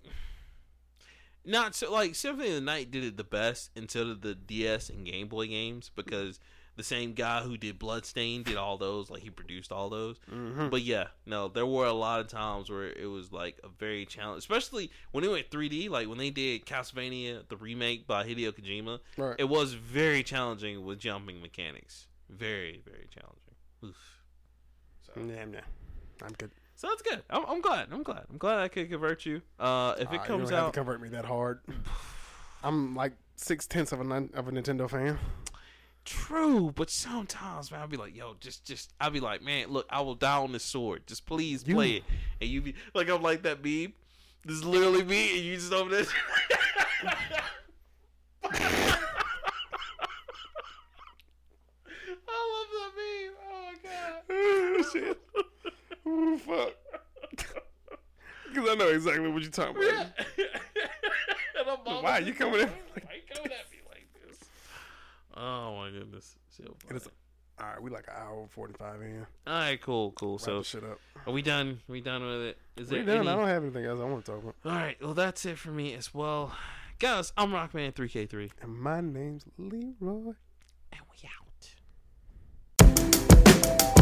not so like Symphony of the Night did it the best instead of the DS and Game Boy games because the same guy who did Bloodstain did all those, like he produced all those. Mm-hmm. But yeah, no, there were a lot of times where it was like a very challenge, especially when it went 3D. Like when they did Castlevania, the remake by Hideo Kojima, Right. it was very challenging with jumping mechanics. Very, very challenging. Oof. Nah, nah. I'm good. So that's good. I'm, I'm glad. I'm glad. I'm glad I could convert you. Uh, if Ah, you it don't comes have out, to convert me that hard. I'm like six tenths of a nin- of a Nintendo fan. true. But sometimes, man, I'll be like, yo, just, just, I'll be like, man, look, I will die on this sword. Just please You- play it. And you be like, I'm like that meme. This is literally me, and you just over this. I love that meme. Oh my god. Shit. Ooh, fuck. Because I know exactly what you're talking about. and I'm all Why like, you coming at me Why you coming at me like this? Oh my goodness. So And it's- funny. All right, we like an hour and 45 in. Wrap All right, cool, cool. So this shit up. are we done? Are we done with it? Is We there any? done. I don't have anything else I want to talk about. All right. Well, that's it for me as well. Guys, I'm Rockman3K3, And my name's Leroy. and we out.